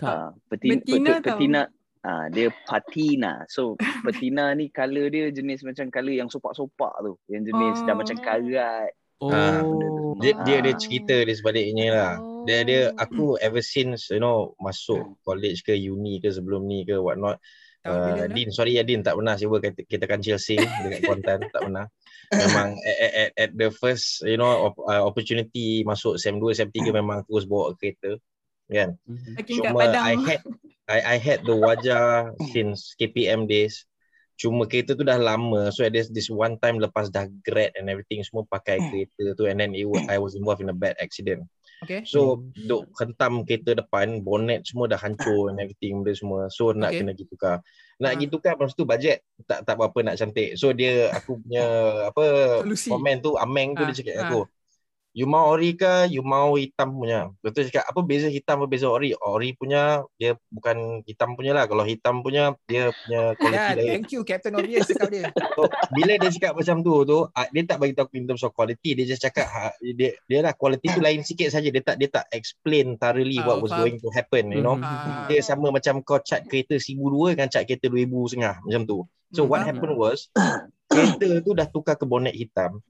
Tak.
Ah, betina,
Betina
betina,
tau.
betina ah, dia patina. So patina ni color dia jenis macam color yang sopak-sopak tu. Yang jenis dah
Oh.
macam karat.
Ah,
benda tu
Oh.
semua.
dia, dia ada
Ah.
cerita di sebaliknya lah. Dia dia
Oh.
aku ever since you know masuk college ke uni ke sebelum ni ke what not.
Tahun bila
Uh,
Nan?
Din sorry ya Din tak pernah sewa kereta, kereta kancil sing kan dekat Kuantan tak pernah. Memang at, at- at, at the first you know op, uh, opportunity masuk SEM 2 SEM 3 memang terus bawa kereta kan.
Mhm.
Parking kat
Cuma
Padang.
I had I I had the wajah since KPM days. Cuma kereta tu dah lama. So there's this one time lepas dah grad and everything semua pakai kereta tu and then it was, I was involved in a bad accident.
Okay.
So duk hentam kereta depan, bonnet semua dah hancur and everything benda semua. So nak
Okay.
kena pergi tukar. Nak
Ah.
pergi tukar lepas tu bajet tak tak apa-apa nak cantik. So dia aku punya apa
Solusi.
komen tu Ameng tu
Ah,
dia cakap
ah.
aku You mau ori ke you mau hitam punya Lepas tu cakap apa beza hitam apa beza ori Ori punya dia bukan hitam punya lah Kalau hitam punya dia punya quality
Ya,
lain
thank you Captain Obvious cakap dia.
so, Bila dia cakap macam tu tu ah, Dia tak bagi tahu aku in terms of quality Dia just cakap ha, dia, dia lah quality tu lain sikit saja Dia tak dia tak explain thoroughly
Ah,
what was
faham.
going to happen you know
Mhm.
Ah,
dia sama macam kau cat kereta 1200 dengan cat kereta 2000 setengah macam tu. So what
Faham.
happened was kereta tu dah tukar ke bonnet hitam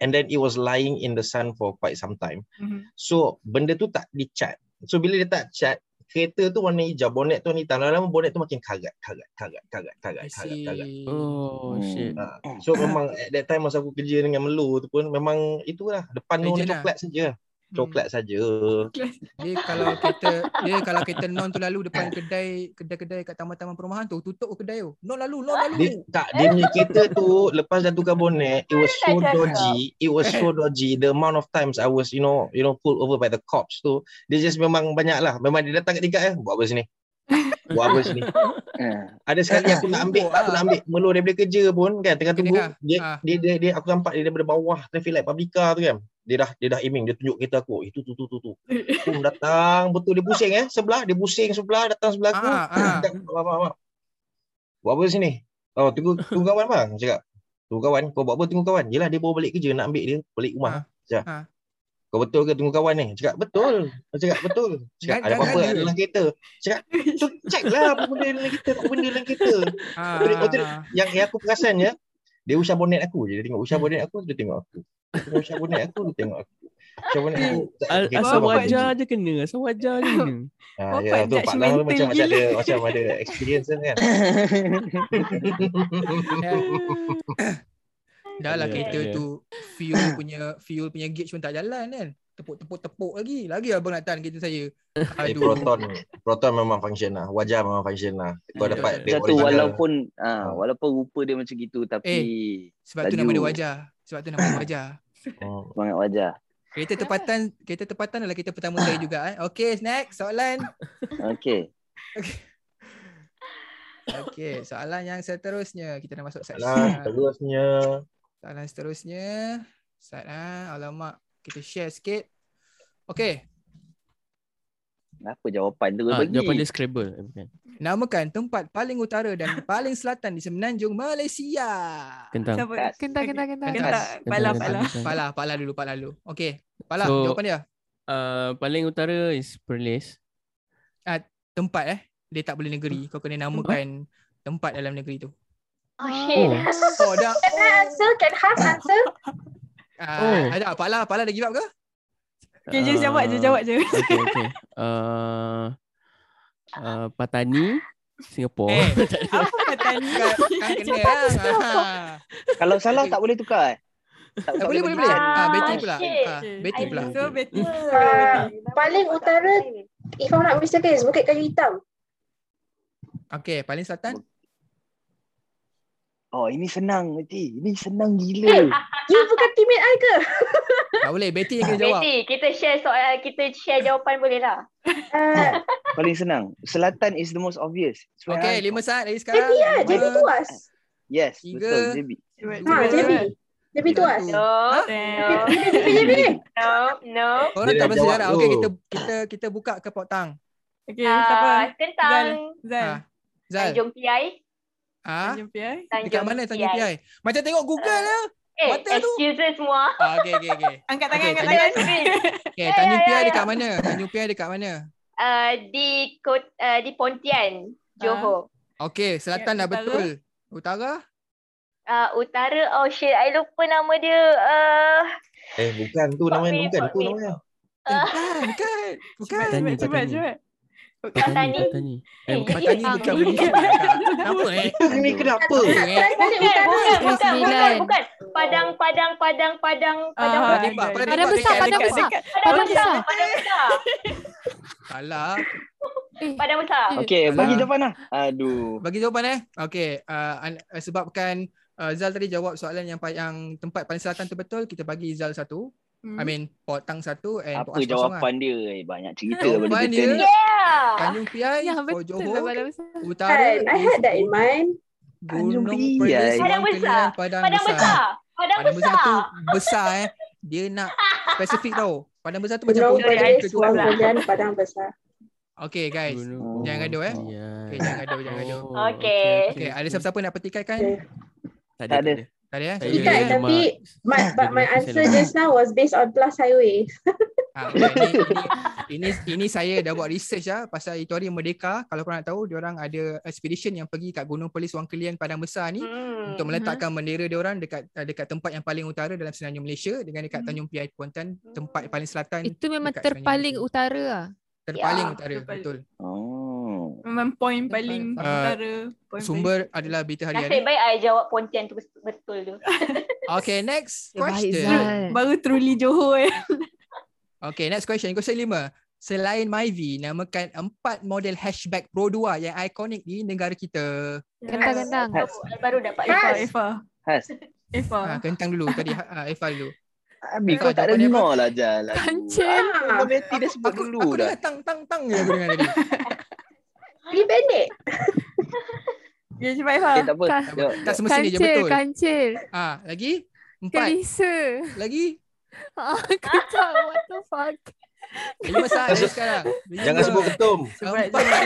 and then it was lying in the sun for quite some time.
Mhm.
So benda tu tak dicat. So bila dia tak cat kereta tu warna hijau bonnet tu warna hitam lama-lama bonnet tu makin karat karat karat karat karat
I
karat karat.
see.
Oh,
Hmm.
shit.
Ah, so memang at that time masa aku kerja dengan Melu tu pun memang itulah depan tu warna
Legend lah.
coklat saja. Coklat saja.
Dia kalau kereta dia kalau kereta non tu lalu depan kedai kedai-kedai kat taman-taman perumahan tu tutup kedai tu. Non lalu, non lalu.
Dia tak dia punya kereta tu lepas dah tukar bonnet it was so
Tak cakap.
dodgy it was so dodgy the amount of times I was you know you know pulled over by the cops tu dia just memang banyak lah memang dia datang kat tingkat eh buat apa sini buat apa sini
Ah.
ada sekali aku nak ambil aku nak
lah.
ambil melur daripada kerja pun kan tengah tunggu
Kena kah?
dia,
Ah.
dia dia dia aku nampak dia daripada bawah traffic light Pabrika tu kan dia dah dia dah aiming dia tunjuk kereta aku "Oh, itu tu tu tu tu Pum datang betul dia pusing eh sebelah dia pusing sebelah datang sebelah aku
Ah, ah.
Cakap, abang, abang, abang. Buat apa sini? Oh, tunggu tunggu kawan bang. Aku Cakap. Tunggu kawan. Kau buat apa tunggu kawan? Yelah dia bawa balik kerja nak ambil dia balik rumah. Cakap.
ha.
Kau betul ke tunggu kawan ni? Cakap betul. Aku Cakap betul. Cakap
Gan-
ada apa-apa
gangan
ada
dia.
dalam kereta. Cakap tu check lah apa benda dalam kereta, apa benda dalam kereta.
Ah,
Betul- betul.
ah,
Yang, yang aku perasan je dia usah bonet aku je. Dia tengok usah bonet aku, dia tengok aku. Dia usah bonet aku, dia tengok aku. Usah bonet aku. tak-
Al-
kereta
asal
bawa balik.
wajah je kena. Asal wajah je kena.
Ha,
Bapak
ya, tu Pak Lah
judgemental
tu macam, macam
gila.
ada macam ada experience kan.
ya. Dah lah
Ya,
kereta
ya.
tu fuel punya fuel punya gauge pun tak jalan kan. Tepuk-tepuk-tepuk lagi. Lagi abang nak tahan kereta saya.
Eh,
Aduh.
proton proton memang function lah. Wajah memang function lah. Kau
Ya,
dapat
ya.
the
Macam tu
original.
walaupun ah walaupun rupa dia macam gitu tapi
Eh. Sebab tu nama dia
Laju.
wajah. Sebab tu nama dia wajah.
Hmm.
semangat wajah.
Kereta tepatan, kereta tepatan adalah kereta pertama saya juga eh. Okay, next soalan.
Okey.
Okay, soalan yang seterusnya. Kita dah masuk seksi.
Nah, terusnya
Soalan seterusnya. Sat ah, alamak. Kita share sikit. Okay,
Apa jawapan tu
Ah,
bagi?
jawapan dia Scrabble. eh, Bukan.
namakan tempat paling utara dan paling selatan di semenanjung Malaysia.
Kentang.
Siapa? kan
Tas.
Kental, kental, kental.
Kental.
Tas.
Pala,
Kentang,
pala.
kentang, kentang.
Pala, pala dulu, pala dulu. Okay, pala
So-
jawapan dia.
Ah, paling utara is Perlis.
Tempat eh. Dia tak boleh negeri. Kau kena namakan tempat dalam negeri tu.
Oh
Eh.
shit.
Oh,
Oh.
dah.
Can I answer? Can Has answer?
Ah,
Oh.
Ada pala, pala dah give up ke?
Okay, je jawab je,
Ah,
jawab je.
Okay, okay. Uh, uh, Patani, Singapore.
Eh,
Apa kata ni?
kan, kan kena kan. Ah.
Kalau salah tak boleh tukar eh. Tak,
Eh, boleh boleh
bagi.
boleh. Ah, Betty
Ah,
pula.
shit.
Ah,
Okay.
Betty
I
pula.
see.
So, Betty.
Ah, paling utara, if I'm not mistaken, is Bukit Kayu Hitam.
Okey, paling selatan.
Oh, ini senang nanti. Ini senang
Hmm.
gila.
You bukan teammate I ke?
Tak boleh, Betty yang kena jawab.
Ah, Betty, kita share soal kita share jawapan boleh lah.
Uh,
Paling senang. Selatan is the most obvious. Sebenarnya-
Okey, lima saat lagi sekarang.
JB lah, JB
Lima,
tuas.
Yes,
Tiga.
betul. JB.
Ha,
ah,
dua,
JB. JB
Hmm.
tuas.
satu.
No, no,
Damn.
JB, JB.
no, no.
Korang
Dia
tak
dah
bersejarah.
jawab
Okey,
tu.
kita kita kita buka ke potang.
Okay,
Ah,
siapa?
Kentang,
Ah.
Zal.
Zal.
Tanjung Piai.
Ah,
Tanjung Piai.
dekat
Tanjung
mana Tanjung Piai? Macam tengok Google lah.
Eh,
Hotel tu.
excuse semua.
Ah, okey okey okey.
Angkat
Okay,
tangan, angkat
Tanjung-
tangan.
Okey,
Ya,
Tanjung
ya,
Piai
ya,
dekat
ya.
mana? Tanjung Piai dekat mana?
Uh, di kot, uh, di Pontian, Johor.
Okey, selatan
Ya,
dah
utara.
betul. Utara?
Uh, utara, oh shit, I lupa nama dia. Uh,
Eh, bukan tu
Fuck
namanya
me,
bukan
fuck
tu
me.
namanya.
Eh, bukan, bukan. Bukan.
Cepat, cepat,
Patani,
cepat,
Patani.
cepat.
Patani,
Patani.
Patani. Eh, bukan.
Patani
Hilang.
dekat Malaysia. Kak. Kenapa eh?
Ini kenapa?
Apa eh?
Try balik
Bukan,
utara.
bukan,
Negeri
bukan, bukan,
Sembilan.
bukan. Padang, padang, padang, padang, padang.
Padang
Ah,
tembak,
ada.
padang
Padang
tembak
besar,
dekat-
padang
dekat-
besar.
dekat-
Padang
Padang
besar,
besar.
padang besar.
Salah.
Eh,
Padang besar.
Okey,
Alah.
bagi jawapan lah. Aduh.
Bagi jawapan eh. Okey, uh, an- uh, sebabkan uh, Zal tadi jawab soalan yang pa- yang tempat paling selatan tu betul, kita bagi Zal satu.
Hmm.
I mean Potang satu and
Apa
Poas kosong lah.
jawapan dia? Eh, banyak cerita
Jawapan
benda kita
dia-
ni.
Yeah.
Tanjung Piai,
yang
for Oh,
betul lah
Johor,
padang besar.
Utara,
Kan, I had that in mind.
Gunung
Tanjung
Perlis,
Piai.
Wang
Padang
Kelian,
besar.
Padang,
Padang besar. Padang
Padang besar tu
besar.
besar eh. Dia nak spesifik tau. Padang besar tu macam
Gunung
Pontian
Perlis,
kita
Perlis,
cukup.
Wang
pula.
Kelian, Padang Besar.
Okey guys.
Gunung
Jangan gaduh, eh.
Pontian.
Okey, jangan gaduh, jangan gaduh.
ya. Oh,
Okey.
Okey, ada siapa-siapa nak pertikaikan?
Okay.
Tak ada,
Tak
tak
ada.
ada.
Tak ada eh?
Saya
Ikan,
cuma-
tapi My,
saya
but my
cuma
answer
selama-
just now was based on plus highway.
Ha, ini, ini, ini, ini saya dah buat research lah pasal itu hari Merdeka. Kalau korang nak tahu, diorang ada expedition yang pergi kat Gunung Perlis Wang Kelian Padang Besar ni
Hmm.
untuk meletakkan bendera diorang dekat eh, dekat tempat yang paling utara dalam Semenanjung Malaysia dengan
Hmm.
dekat Tanjung Piai Kuantan, tempat paling selatan
Itu memang
dekat Semenanjung.
terpaling utara lah.
terpaling
Ya,
utara.
terpaling.
Betul.
Oh.
Memang point paling
Ah,
utara. Point
Sumber adalah berita
Nasib
harian.
baik I jawab Pontian tu betul- betul tu.
Okay, next
Terbaik
question.
Zal.
paling- Baru truly Johor eh.
Okay, next question. Question lima. Selain Myvi, namakan empat model hatchback Pro 2 yang ikonik di negara kita.
Kentang,
Ah,
kentang.
Has.
Oh, I baru dapat
Efa,
lepas.
Efa.
Has.
Efa.
Ha, kentang dulu tadi ha, Efa dulu.
Abi
Tak,
kau tak
Eh, jawapan dia
dengar lah Jal.
Kancil.
Ah.
Kau Betty dah sebut
aku,
dulu
aku
dah.
dengar tang tang tang je aku dengar tadi.
Lebih pendek.
Okay, cepat Efa.
Okay, Eh, tak apa.
Ka-
Jawab,
Tak
jawab.
semestinya je
Kancil,
betul.
kancil.
Ah, lagi empat
Kelisa.
lagi
Ah, Kejap, what the fuck.
lima saat dari sekarang.
Jangan sebut ketum.
Cepat,
Empat.
cepat.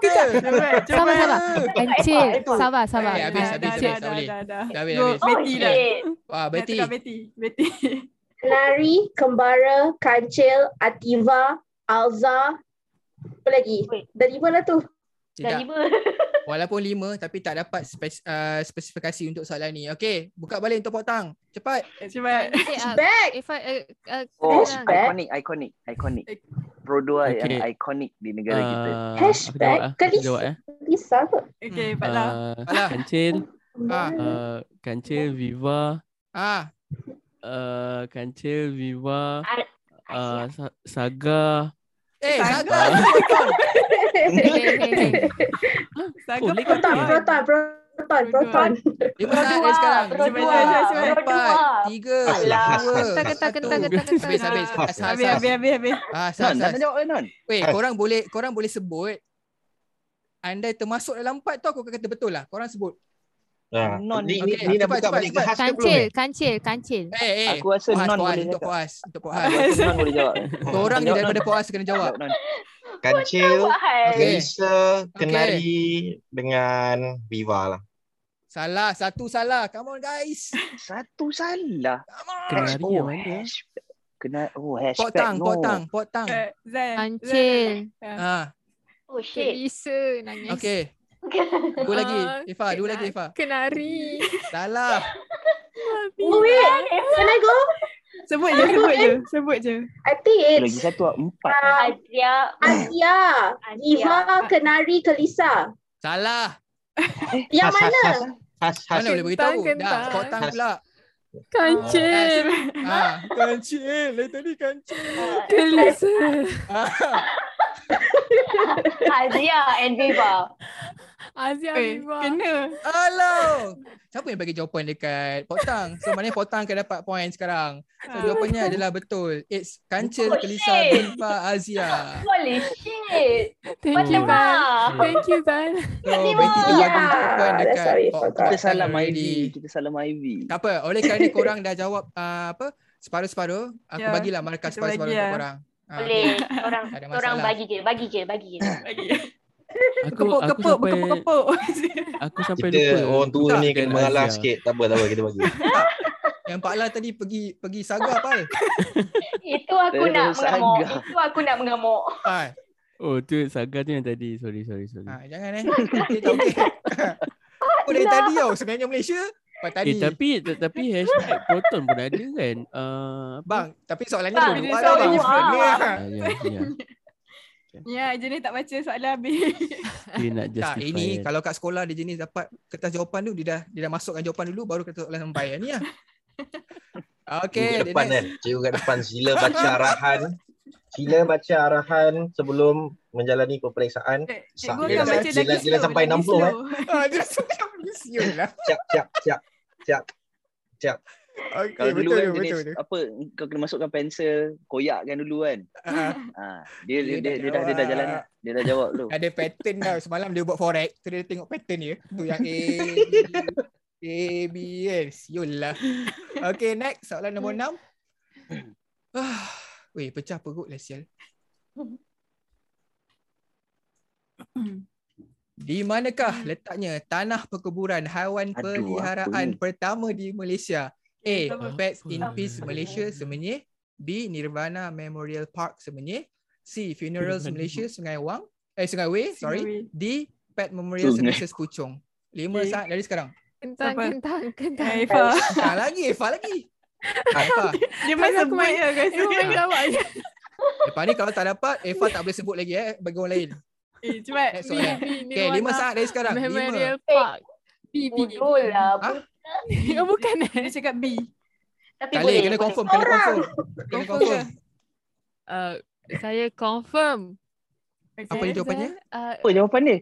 Kejap.
Cepat, cepat.
Sabar, sabar. Kancil,
Betul.
sabar, sabar. Ah,
Eh, habis,
Dah,
habis,
dah,
habis,
dah,
tak boleh.
dah, dah.
Dah habis,
Go,
habis.
Oh,
Betty dah.
shit.
Wah,
Dah
Betty.
tukar Betty. Betty.
Kenari, Kembara, Kancil, Ativa, Alza, apa lagi?
Wait.
Dah lima lah tu.
Dah
Tidak.
lima.
Walaupun lima tapi tak dapat spes, uh, spesifikasi untuk soalan ni. Okey, buka balik untuk potang. Cepat.
Cepat.
Kancil, ah,
Back!
If I, uh, uh,
Oh,
kentang.
Hatchback.
iconic, iconic, iconic. Produa okay. yang iconic di negara
Ah,
kita.
aku jawab ah. Aku
Kelis.
jawab eh.
Lisa kot.
Hmm.
Okay, lah.
Ah,
Patlah.
Alah.
Kancil,
Ah.
ah, Kancil, Viva,
Ah,
uh, Kancil, Viva,
Ar-
uh, Sa- Saga.
eh,
Saga.
Saga.
Hey, hey, hey.
Saga
Oh, Lake
Proton.
Proton.
Proton, proton, proton.
Lima saat dari eh, sekarang.
Berdua,
Lima,
berdua,
berdua.
empat, tiga,
Alah,
dua,
Ketak, ketak,
satu.
ketak, ketak, ketak.
Habis, habis.
Ah.
Has, has,
Habis,
has.
habis, habis, habis.
Ah, has, has,
Non, tak
has.
nak jawab eh Non.
Weh,
Has.
korang boleh korang boleh sebut anda termasuk dalam empat tu aku akan kata betul lah. Korang sebut.
Ha.
Non,
Ni,
okay,
ni, ni
cepat,
dah buka
cepat,
balik ke
cepat.
khas ke belum ni?
Kancil, kancil, kancil.
Eh, eh.
Aku rasa
Puas,
non
puas.
boleh
Untuk
cakap.
puas. Untuk puas.
Aku rasa non boleh jawab.
Korang ni
Jawab,
daripada
Non.
puas kena jawab.
Jawab Non.
Tahu
Kancil,
What hal?
Okay.
Lisa,
Okay.
Kenari dengan Viva lah.
Salah. Satu salah. Come on guys.
Satu salah.
Come on.
Kenari
oh,
yang mana?
hashtag. Kena, oh, hashtag
Potang,
no.
potang, potang.
Eh, Zal.
Kancil.
Ah,
Oh
Cik
shit.
Lisa nangis.
okay.
Okay.
Dua lagi.
Ah,
Ifa, dua
kena-
lagi Ifa.
Kenari.
Salah.
Oh, wait. Can I go?
Sebut je, sebut je, sebut je.
I think it's
Lagi satu, ah, empat.
uh,
Azia.
Asia, Diva, Kenari, Kelisa.
Salah.
Eh,
Yang
Has, has,
mana?
has. Has, has.
Mana Kan boleh beritahu.
Kentang,
Dah,
kentang.
potang
Has.
pula.
Kancil.
Ah,
eh,
kancil. Dari tadi kancil.
Uh,
Kelisa.
Ah.
Azia and Viva.
Azia
Oi,
Viva.
Eh, kena.
Alau. Siapa yang bagi jawapan dekat Potang? So maknanya Potang akan dapat point sekarang. So
Ah.
jawapannya adalah betul. It's Kancil,
Oh,
Kelisa,
shit.
Bifa, Azia.
Holy shit.
Thank you,
Macam
Zal.
lah.
Thank you, Zal.
So Betty terbagi yeah.
Ah,
point
Yeah,
dekat
sorry,
Pot-
forgot.
Kita
Potang
salam Ivy.
already.
Kita salam Ivy.
Tak apa. Oleh kerana korang dah jawab uh, apa separuh-separuh, aku
Ya,
bagilah markah
kita
separuh-separuh
bagi
untuk
lah.
korang. Ah,
Boleh. Orang
Tak ada
orang
masalah.
bagi je, bagi je, bagi je.
Ah, Aku,
Kepuk,
aku
kepuk,
sampai,
berkepuk-kepuk.
aku sampai lupa. kan
Kita orang tua
Tak.
ni kena
Dan
mengalah
Azia.
sikit. Tak apa, tak apa. Kita bagi.
Tak. Yang Pak La tadi pergi pergi eh? saga pal.
Itu aku
Terus
nak mengamuk.
agak.
Itu aku nak mengamuk.
Ah,
Oh, tu Saga tu yang tadi. Sorry, sorry, sorry.
Hmm.
ah jangan eh. Dia tak okey. Aku dari tadi tau sebenarnya Malaysia. Lepas tadi.
Eh, tapi ta- tapi hashtag Proton pun ada kan? Uh,
Bang, tapi soalannya
Bang,
bang,
dia
luar lah
soalan
bang.
luar.
Sebenarnya.
Uh, ya, ya.
Ya, je ni tak baca soalan habis.
Dia nak
Tak,
justify.
ini
kan.
kalau kat sekolah dia jenis dapat kertas jawapan tu, dia dah dia dah masukkan jawapan dulu baru kertas soalan sampai. Ni lah.
Cikgu
Okay,
kat
the
depan kan.
next.
Cikgu kat depan sila baca arahan. Sila baca arahan sebelum menjalani peperiksaan.
Eh,
Sah.
Cikgu
Dia
akan
dah-
baca lagi
dia dah- dia dah
slow,
lah. sampai
lagi
60, eh.
slow.
Ah, dia rasa macam siul lah.
Siap, siap, siap. Siap. Siap.
Okay,
Kalau dulu
betul
kan
tu, betul
jenis
tu.
apa kau kena masukkan pensel, koyakkan dulu kan.
Ah,
Ha, dia
Dia
dia
dah
dia, dia, dah dia dah jalan
jawab.
dah. Dia dah jawab dulu.
ada pattern tau. Semalam dia buat forex, tu dia tengok pattern dia. Tu yang A, B, A, B, kan. Siul lah. Okay, next. Soalan nombor enam. Ah, Weh, pecah perut lah sial. Di manakah letaknya tanah perkuburan haiwan
Aduh,
peliharaan
apa ni?
pertama di Malaysia? A.
Apa?
Pets in
Apa?
Peace Malaysia Semenyih B. Nirvana Memorial Park Semenyih C. Funerals
Nirvana.
Malaysia Sungai Wang Eh Sungai Wei, sorry.
Wei.
D. Pet Memorial
Sungai.
Services Puchong. Lima
Okay.
saat dari sekarang.
Kentang,
Apa?
kentang, kentang.
Eh, Ifah.
Ah, lagi, Fa lagi. Ah, Fa.
Dia main
Aku
sebut
main-
lah guys.
Dia main lawak je.
Lepas ni kalau tak dapat, Eva tak boleh sebut lagi eh bagi orang lain.
Eh, cepat.
Next
B,
soalan.
B,
Okay, lima
Nirvana,
saat dari sekarang. Lima.
Memorial Park. B, B.
Bodoh lah.
Ah,
Oh, bukan eh.
Dia cakap B.
Tapi
tak boleh,
boleh.
kena
boleh.
confirm, kena confirm. Kena
Confirm
confirm.
ke?
Uh, saya confirm.
Apa dia jawapannya?
Uh,
Apa jawapan dia?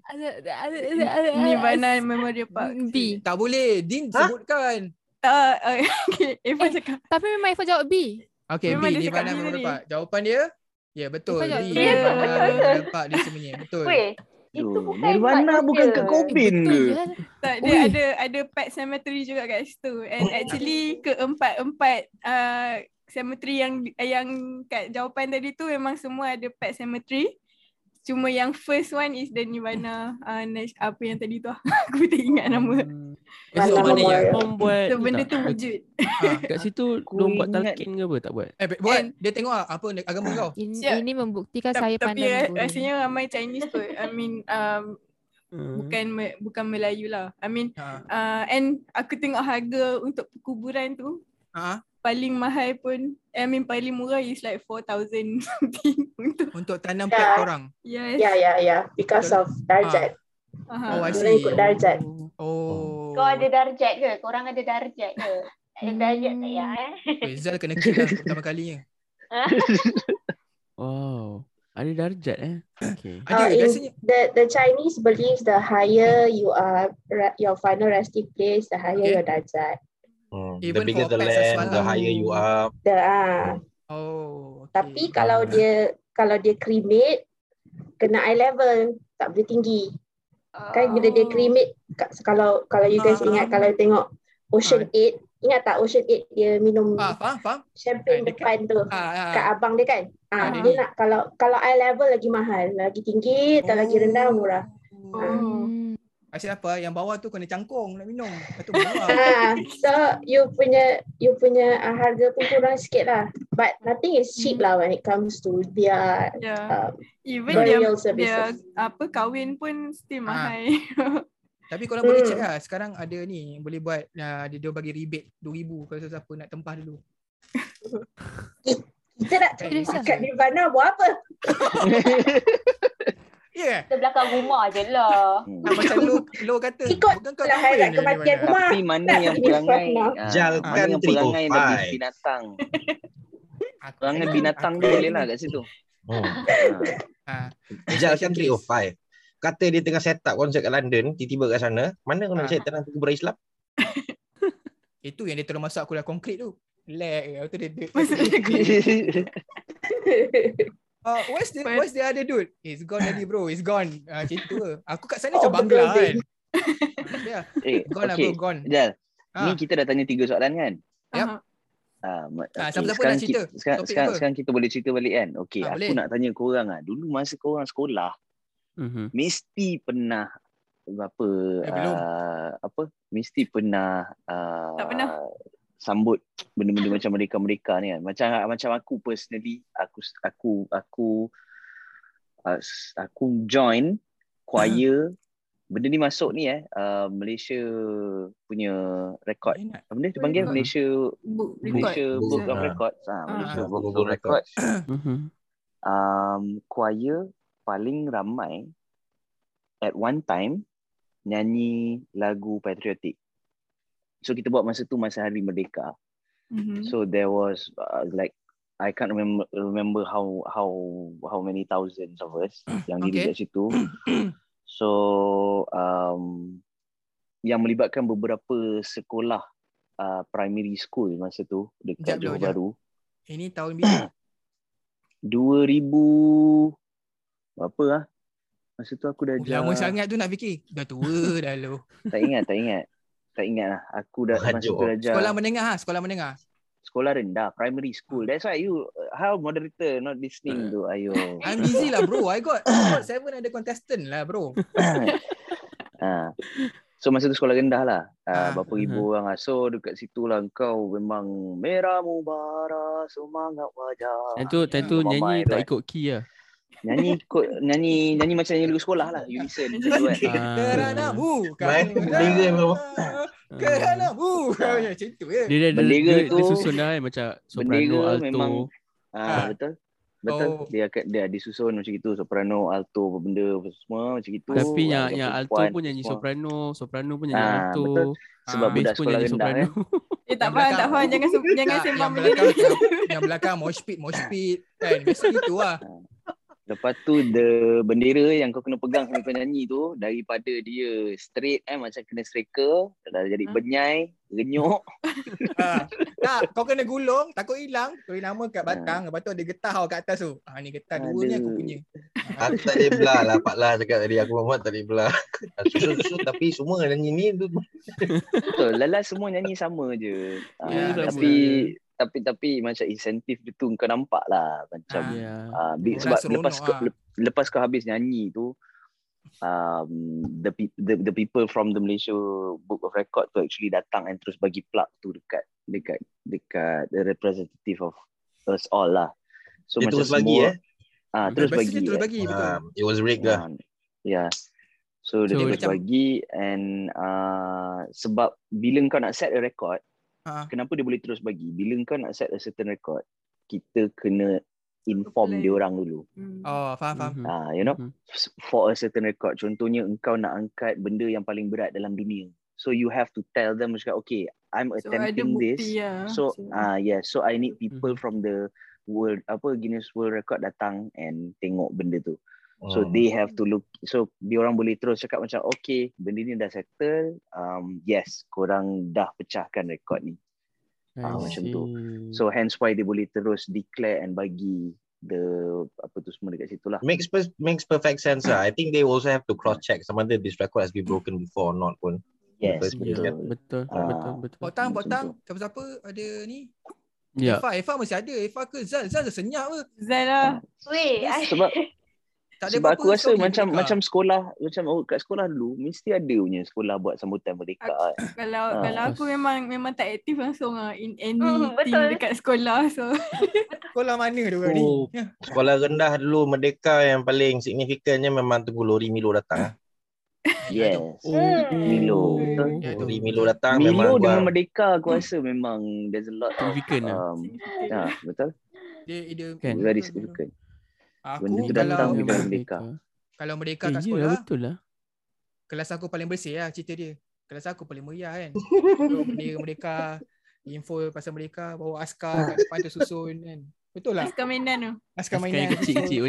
Nirvana Memorial Park.
B.
Tak boleh. Din
Ha?
sebutkan.
Tak. eh, Okay, Ifah
Eh,
cakap.
Tapi memang Ifah jawab B.
Okay,
Memang
B.
dia
Di
cakap
mana
B
memang
tadi.
dapat. Jawapan dia? Ya, yeah, betul.
Ifah
B.
jawab
Di
B.
Ya,
mana
betul,
memang
betul.
dapat di semuanya. Betul.
Weh. Itu
Aduh,
bukan
Nirvana
vibe
bukan
Malaysia.
kat Kobin
Betul
ke?
je.
Tak,
Ui.
dia ada ada pet cemetery juga kat situ. And actually keempat-empat uh, cemetery yang yang kat jawapan tadi tu memang semua ada pet cemetery. Cuma yang first one is the Nirvana uh, Nash, apa yang tadi tu ah. aku tak ingat nama.
Hmm.
Eh, so
Malam
benda yang
Memorial.
Pom buat
So
tu
benda
tak?
tu wujud.
ya. Ha.
Kat situ
Aku
dia buat
ingat-
talqin ke apa tak buat?
Eh, buat.
And-
Dia tengok lah apa ne- agama kau.
Ini,
Siap.
ini membuktikan
Ta-
saya
tapi
eh,
pandai
ra-
menggurau.
rasanya ramai Chinese kot. I mean um,
Hmm.
bukan me- bukan Melayu lah. I mean
Ha.
uh, and aku tengok harga untuk perkuburan tu
Ha.
paling mahal pun I mean paling murah is like 4000 something untuk
Untuk tanam
Ya.
pet korang.
yes
Yeah, yeah, yeah. Ya, Because of darjat.
Aha.
Oh,
Dia orang
I see.
ikut darjat.
Oh.
Kau ada darjat ke? Korang ada darjat ke? Eh, Darjat tak payah eh.
Weh, Zal kena kick lah untuk pertama kalinya.
Hmm.
Wow. Ada darjat eh. Okay.
Ada
Uh,
ke?
in
Biasanya
the the Chinese believes the higher you are, ra- your final resting place, the higher
Okay.
your darjat.
Hmm.
Even
The bigger
for
the
pets as
land,
well
the
lah.
higher you are.
The ah,
Oh okay.
tapi kalau dia kalau dia cremate, kena eye level, tak boleh tinggi. Kan
Hmm.
bila dia
Oh.
cremate, ka- kalau kalau you guys
Ah.
ingat kalau tengok Ocean 8, ingat tak Ocean 8 dia minum
Ah, faham, faham.
champagne
ah, dekat-
depan tu.
Ah, ah.
kat abang dia kan.
Ah,
Ah,
dia
dia
ni.
nak kalau kalau eye level lagi mahal, lagi tinggi atau
Hmm.
lagi rendah lah. murah.
Oh.
Ah.
Hmm.
Asyik apa yang bawah tu kena cangkung nak minum. Lepas tu murah.
Ah, so you punya you punya ah, harga pun kurang sikit lah. But nothing is cheap
Hmm.
lah when it comes to their um,
Yeah. ya. Even
Burial
dia, dia
services.
apa kahwin pun
Ah.
still mahal.
Tapi korang boleh
Hmm.
check lah. Sekarang ada ni. Boleh buat. Uh, dia, dia bagi rebate RM2,000 kalau siapa nak tempah dulu.
kita nak
Kan?
Serius ah?
kat Nirvana buat apa?
Yeah.
Kita belakang rumah je lah.
Hmm.
Ah, macam Lo, Lo kata.
Ikut
bukan kau
Lah
kahwin
harap
ni,
kematian
Nirvana.
rumah.
Tapi mana
tak
yang
pergi
perangai
Nirvana.
ah,
Jalkan
Mana yang
305.
perangai lebih binatang
Aku
Perangai
kena-
binatang
aku
tu
kena
boleh
ni.
lah kat situ
Hmm.
Ah.
Ah,
Jalkan
Case.
305. Oh, Kata dia tengah set up konsert kat London, tiba-tiba kat sana, mana kau
Ah.
nak cari tanah tu berislam?
Itu yang dia terus masuk aku dah konkrit tu. Lag. Lepas tu dia... dia
Masuk dia
Uh, where's the
But-
where's the other dude? It's gone already bro. It's gone. Ah uh, macam tu lah. Aku kat sana
Out of the
macam bangla kan.
building.
yeah.
Eh,
Gone lah
okay
bro, gone.
Jal,
Ah,
ni kita dah tanya tiga soalan kan
Yup.
Ah.
Ah, ma-
Ah,
okay.
siapa-siapa
sekarang
nak cerita?
Kita, sekarang,
Topik
sekarang,
apa?
sekarang kita boleh cerita balik kan. Okey,
Ah,
aku
boleh.
nak tanya korang ah. Dulu masa korang sekolah,
Mm-hmm.
mesti pernah apa
Eh, belum.
ah, apa? Mesti pernah ah,
Tak pernah.
sambut benda-benda macam mereka-mereka ni kan. Macam macam aku personally, aku aku aku ah, s- aku join
Hmm.
choir benda ni masuk ni eh ah, Malaysia punya rekod
Eh, nak-
apa dia dipanggil
Record.
Malaysia
Book record.
Malaysia
Book.
Book of
Ah.
Records ah Malaysia
Ah.
Book
Book
of
of
Records
Mm-hmm.
um, choir paling ramai at one time nyanyi lagu patriotik. So kita buat masa tu masa Hari Merdeka.
Mhm.
So there was uh, like I can't remember remember how how how many thousands of us yang diri
Okay.
kat situ. So um, yang melibatkan beberapa sekolah uh, primary school masa tu
Jap, jap,
dekat Johor
jap.
Bahru.
Ini tahun bila?
2000 apa ah? Masa tu aku dah
Oh,
ajar-
lama sangat tu nak fikir. Dah tua dah lo.
Tak ingat, tak ingat. Tak ingat lah. Aku dah masa
Merajuk.
tu dah ajar
Sekolah menengah ha, sekolah menengah.
sekolah rendah, primary school. That's why you, how moderator not listening tu, ayo.
I'm busy lah bro. I got, I got seven ada contestant lah bro.
ha. So masa tu sekolah rendah lah.
Ah,
Ha, berapa
aha.
ribu orang lah. So dekat situ lah kau memang merah mubara, semangat
Yang
wajah.
tu, time tu
Abang
nyanyi
Mai tu,
tak
eh.
ikut key lah.
Nyanyi ikut, nyanyi nyanyi macam nyanyi lagu sekolah lah. You listen macam tu kan.
Ah.
Kerana bu,
Main bendera, bro.
Kerana bu. Macam tu ya.
Dia, dia, dia, dia,
Bendera
dia
tu-
susun dah kan macam soprano,
Bendera
alto.
memang
Ah.
Ah, betul. Betul.
Oh.
Dia akan dia disusun macam itu soprano, alto, benda apa semua macam itu.
Tapi yang, yang alto pun nyanyi
soprano.
soprano, soprano pun nyanyi
Ah,
alto.
betul. Sebab
Ah,
bass
budak
pun
sekolah
nyanyi
rendah
soprano.
eh.
Eh tak
Yang
faham,
belakang.
tak faham. Jangan sem- jangan
Tak,
sembang
yang
benda ni.
belakang yang, yang belakang mosh pit mosh pit kan biasa gitu lah
Lepas tu the bendera yang kau kena pegang sambil kau nyanyi tu daripada dia straight eh macam kena striker dah jadi
Ah.
Hmm.
benyai, renyuk.
ha. tak kau kena gulung takut hilang tulis nama kat
Ha.
batang lepas tu ada getah tau kat atas tu ha ni getah dua ni aku
Aduh.
punya
Aku tak boleh belah lah. Pak Lah cakap tadi. Aku memang tak boleh belah. Susun-susun tapi semua nyanyi ni tu.
Betul. Lala semua nyanyi sama je. Ah,
Ya, sama
tapi tapi tapi macam insentif dia tu kau nampak lah macam
Ah.
Ya.
Ah, bi-
Orang
sebab
seronok
lepas kau,
ah.
lep- lepas kau habis nyanyi tu um, the, pe- the the people from the Malaysia Book of Record tu actually datang and terus bagi plug tu dekat dekat dekat the representative of us all lah. So
Dia
macam
terus
semua
bagi eh.
ah
Hmm.
terus
biasa
bagi.
dia terus
eh.
bagi betul
Ah, it was rigged lah.
Ah, yeah. So dia
So,
terus
macam-
bagi and uh, sebab bila kau nak set a record
ha.
kenapa dia boleh terus bagi? Bila kau nak set a certain record, kita kena inform
Apply.
dia orang dulu.
Hmm.
oh faham faham
Mhm.
Ah, you know,
Mhm.
for a certain record. Contohnya engkau nak angkat benda yang paling berat dalam dunia. So you have to tell them macam okay, I'm
So ada
attempting this.
bukti Mm-hmm. lah.
So ah uh, yeah, so I need people
Mhm.
from the world apa Guinness World Record datang and tengok benda tu. So
Hmm.
they have to look so diorang boleh terus cakap macam okay, benda ni dah settle. Um yes, korang dah pecahkan rekod ni.
Hmm.
Mm-hmm.
Ah, macam tu. So hence why dia boleh terus declare and bagi the apa tu semua dekat situ lah.
Makes per- makes perfect sense. ah. I think they also have to cross check some whether this record has been broken before or not pun.
Yes,
betul.
Yeah.
betul.
Betul,
Ah.
betul, betul.
Potang,
Macam
potang.
tu.
Siapa-siapa ada ni.
Ya.
Efa, Efa masih ada. Efa ke Zal? Zal dah senyap ke?
Zal
Ah.
lah.
Weh, I-
Sebab
Tak ada
Sebab
apa-apa,
aku rasa
kau pergi
macam
berbuka.
macam sekolah macam oh, kat sekolah dulu mesti ada punya sekolah buat sambutan merdeka. kan.
Kalau
Ah,
kalau
of
aku
course.
memang memang tak aktif langsung lah in
Hmm,
Oh,
anything
betul.
dekat sekolah. So
Sekolah mana tu kau ni?
Oh.
Ya.
Sekolah rendah dulu Merdeka yang paling signifikannya memang tunggu Lori Milo datang. ah.
Ya, tu.
Yes.
Oh.
Hmm.
Milo.
Ya, tu.
Lori Milo datang memang
Milo
gua-
dengan merdeka aku rasa memang there's a lot of
Significant lah.
um,
significant.
ya, betul.
Dia dia
Kan?
betul, betul,
Very
betul.
significant.
Aku
Benda tu
kalau
datang bila-
kalau merdeka
Eh,
kat
ya
sekolah,
betul lah.
kelas aku paling bersih lah cerita dia. Kelas aku paling meriah kan. Duduk bendera merdeka, info pasal merdeka, bawa askar kat depan tu susun kan. Betul lah.
Askar Menan tu.
Askar
Sekarang
mainan.
kecil-kecil